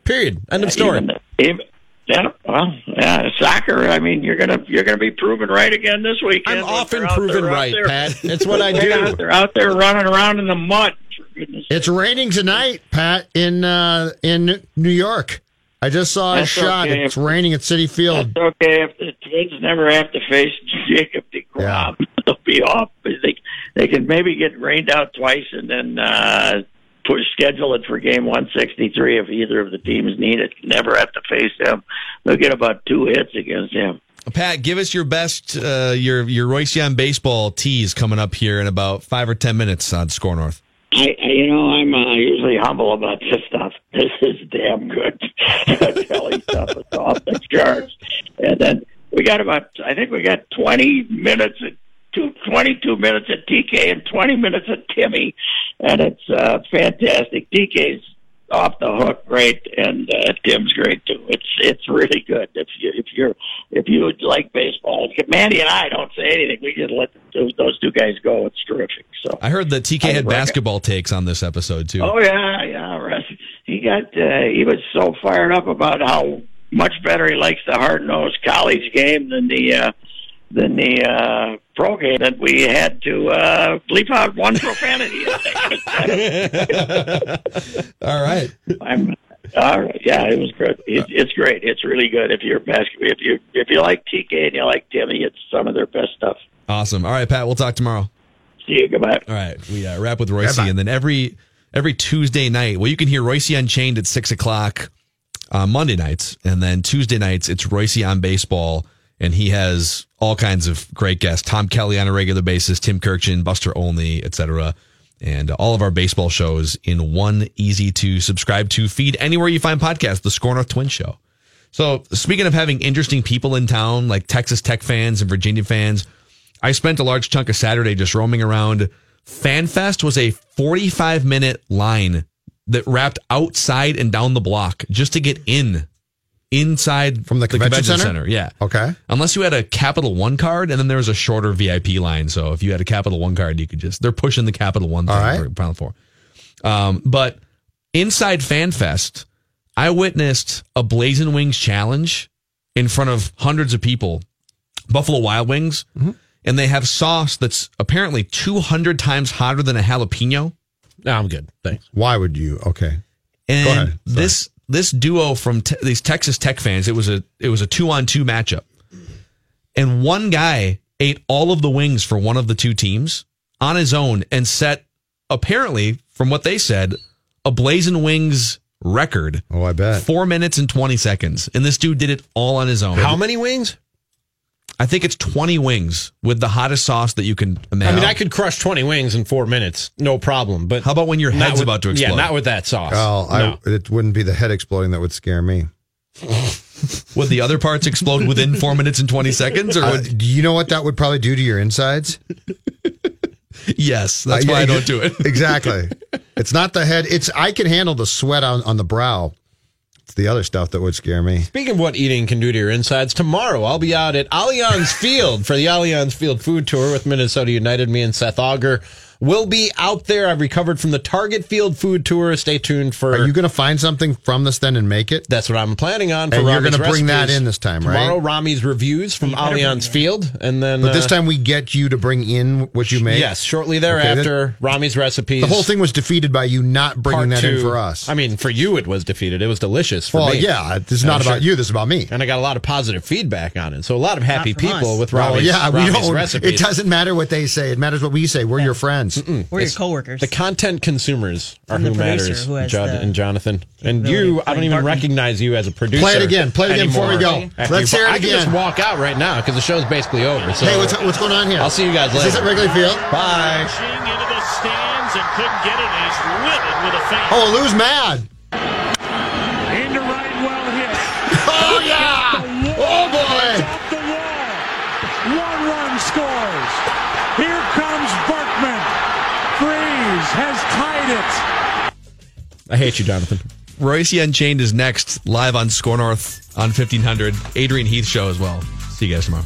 Speaker 2: Period. End of story.
Speaker 8: Even- even- yeah, well, yeah, soccer. I mean, you're gonna you're gonna be proven right again this weekend.
Speaker 2: I'm
Speaker 8: when
Speaker 2: often
Speaker 8: they're out
Speaker 2: proven
Speaker 8: there- out
Speaker 2: right,
Speaker 8: there-
Speaker 2: Pat. That's what I
Speaker 8: They're out,
Speaker 2: do.
Speaker 8: they're out there running around in the mud. For goodness
Speaker 4: It's raining tonight, Pat, in uh, in New York. I just saw a
Speaker 8: That's
Speaker 4: shot.
Speaker 8: okay.
Speaker 4: It's raining at City Field.
Speaker 8: That's okay if the Twins never have to face Jacob DeGrom. They'll be off. They they can maybe get rained out twice and then uh, push schedule it for Game 163 if either of the teams need it. Never have to face them. They'll get about two hits against him.
Speaker 5: Pat, give us your best, uh, your your Royce Young baseball tease coming up here in about five or ten minutes on Score North.
Speaker 8: I, I you know I'm uh, usually humble about this stuff. This is damn good. Telling stuff is off the charts. And then we got about I think we got 20 minutes at two, 22 minutes at TK and 20 minutes at Timmy, and it's uh, fantastic. TK's off the hook great and uh, Tim's great too. It's it's really good. If you if you're if you would like baseball, Mandy and I don't say anything. We just let those those two guys go. It's terrific. So
Speaker 5: I heard that TK
Speaker 8: I
Speaker 5: had
Speaker 8: reckon-
Speaker 5: basketball takes on this episode too.
Speaker 8: Oh yeah, yeah. Russ. He got uh, he was so fired up about how much better he likes the hard nosed college game than the uh, than the uh, pro game that we had to uh, bleep out one profanity.
Speaker 5: All right,
Speaker 8: I'm, all right, yeah, it was good. It, it's great. It's really good. If you're basketball, if you if you like TK and you like Timmy, it's some of their best stuff.
Speaker 5: awesome. All right, Pat, we'll talk tomorrow.
Speaker 8: See you. Goodbye.
Speaker 5: All right, we uh, wrap with Royce, and then every every Tuesday night, well, you can hear Royce Unchained at six o'clock uh, Monday nights, and then Tuesday nights it's Royce on baseball, and he has all kinds of great guests: Tom Kelly on a regular basis, Tim Kirchin, Buster Olney, etc. And all of our baseball shows in one easy to subscribe to feed anywhere you find podcasts. The Score North Twin Show. So speaking of having interesting people in town, like Texas Tech fans and Virginia fans, I spent a large chunk of Saturday just roaming around. FanFest was a 45 minute line that wrapped outside and down the block just to get in inside
Speaker 4: From the convention center?
Speaker 5: center. Yeah.
Speaker 4: Okay.
Speaker 5: Unless you had a Capital One card, and then there was a shorter VIP line. So if you had a Capital One card, you could just they're pushing the Capital One thing
Speaker 4: All right.
Speaker 5: for Final Four. Um, but inside FanFest, I witnessed a Blazing Wings challenge in front of hundreds of people. Buffalo Wild Wings,
Speaker 4: Mm-hmm.
Speaker 5: and they have sauce that's apparently 200 times hotter than a jalapeno.
Speaker 2: No, I'm good. Thanks.
Speaker 4: Why would you? Okay.
Speaker 5: And
Speaker 4: ahead. Sorry.
Speaker 5: this this duo from te- these Texas Tech fans, it was a it was a two on two matchup, and one guy ate all of the wings for one of the two teams on his own and set apparently, from what they said, a Blazing Wings record.
Speaker 4: Oh, I bet.
Speaker 5: Four minutes and 20 seconds. And this dude did it all on his own.
Speaker 2: How many wings?
Speaker 5: I think it's 20 wings with the hottest sauce that you can imagine.
Speaker 2: I mean, I could crush 20 wings in four minutes, no problem. But
Speaker 5: How about when your
Speaker 2: not
Speaker 5: head's
Speaker 2: with-
Speaker 5: about to explode?
Speaker 2: Yeah, not with that sauce.
Speaker 4: Well,
Speaker 2: No.
Speaker 4: I, it wouldn't be the head exploding that would scare me.
Speaker 5: Would the other parts explode within four minutes and 20 seconds? Or
Speaker 4: Uh,
Speaker 5: would,
Speaker 4: do you know what that would probably do to your insides?
Speaker 5: yes, that's
Speaker 4: Uh,
Speaker 5: why
Speaker 4: yeah,
Speaker 5: I don't do it.
Speaker 4: exactly. It's not the head. It's I can handle the sweat on, on the brow. It's the other stuff that would scare me.
Speaker 2: Speaking of what eating can do to your insides, tomorrow I'll be out at Allianz Field for the Allianz Field Food Tour with Minnesota United. Me and Seth Auger will be out there. I've recovered from the Target Field Food Tour. Stay tuned for.
Speaker 4: Are you going to find something from this then and make it?
Speaker 2: that's what I'm planning on. For
Speaker 4: And you're
Speaker 2: Rami's
Speaker 4: gonna bring that
Speaker 2: recipes.
Speaker 4: in this time, right?
Speaker 2: Tomorrow, Rami's reviews from
Speaker 3: better bring
Speaker 2: Allianz
Speaker 3: it in.
Speaker 2: Field, and then
Speaker 4: But this
Speaker 2: uh,
Speaker 4: time we get you to bring in what you make.
Speaker 2: yes, shortly
Speaker 4: that-
Speaker 2: thereafter, Rami's recipes.
Speaker 4: The whole thing was defeated by you not
Speaker 2: part
Speaker 4: bringing that in
Speaker 2: two.
Speaker 4: for us.
Speaker 2: I mean, for you, it was defeated. It was delicious. For
Speaker 4: well,
Speaker 2: me.
Speaker 4: yeah, this is
Speaker 2: I'm
Speaker 4: not about
Speaker 2: sure-
Speaker 4: you. This is about me.
Speaker 2: and I got a lot of positive feedback on it. So a lot of happy
Speaker 3: from
Speaker 2: people
Speaker 3: us.
Speaker 2: with
Speaker 4: Well,
Speaker 2: Rami's,
Speaker 4: yeah, we
Speaker 2: Rami's
Speaker 4: don't.
Speaker 2: recipes.
Speaker 4: It doesn't matter what they say. It matters what we say. We're your friends.
Speaker 3: We're your coworkers.
Speaker 2: The content consumers are
Speaker 3: I'm
Speaker 2: who
Speaker 3: the producer
Speaker 2: matters,
Speaker 3: who has
Speaker 2: Judd
Speaker 3: the
Speaker 2: and Jonathan. And
Speaker 3: capability
Speaker 2: you,
Speaker 3: of
Speaker 2: I don't
Speaker 3: playing
Speaker 2: even
Speaker 3: Barton.
Speaker 2: recognize you as a producer.
Speaker 4: Play it again. Play it again before we
Speaker 2: anymore.
Speaker 4: go.
Speaker 2: After
Speaker 4: Let's
Speaker 2: you-
Speaker 4: hear it
Speaker 2: I can just
Speaker 4: again.
Speaker 2: walk out right now because the show's basically over. So
Speaker 4: Hey, what's what's going on here?
Speaker 2: I'll see you guys
Speaker 4: Is this at
Speaker 2: later.
Speaker 4: Wrigley Field?
Speaker 2: Bye.
Speaker 10: Rushing into the stands and couldn't get it, and he's livid with a fan.
Speaker 4: Oh, Lou's mad.
Speaker 10: Into right, well hit.
Speaker 4: Oh yeah. Oh boy.
Speaker 10: Off the wall. One run scores. Here comes Berkman. Freeze has tied it.
Speaker 2: I hate you, Jonathan.
Speaker 5: Royce Unchained is next, live on Score North on 1500. Adrian Heath show as well. See you guys tomorrow.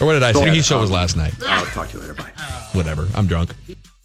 Speaker 5: Or what did I say? Heath show was last night.
Speaker 11: I'll talk to you later. Bye.
Speaker 5: Whatever. I'm drunk.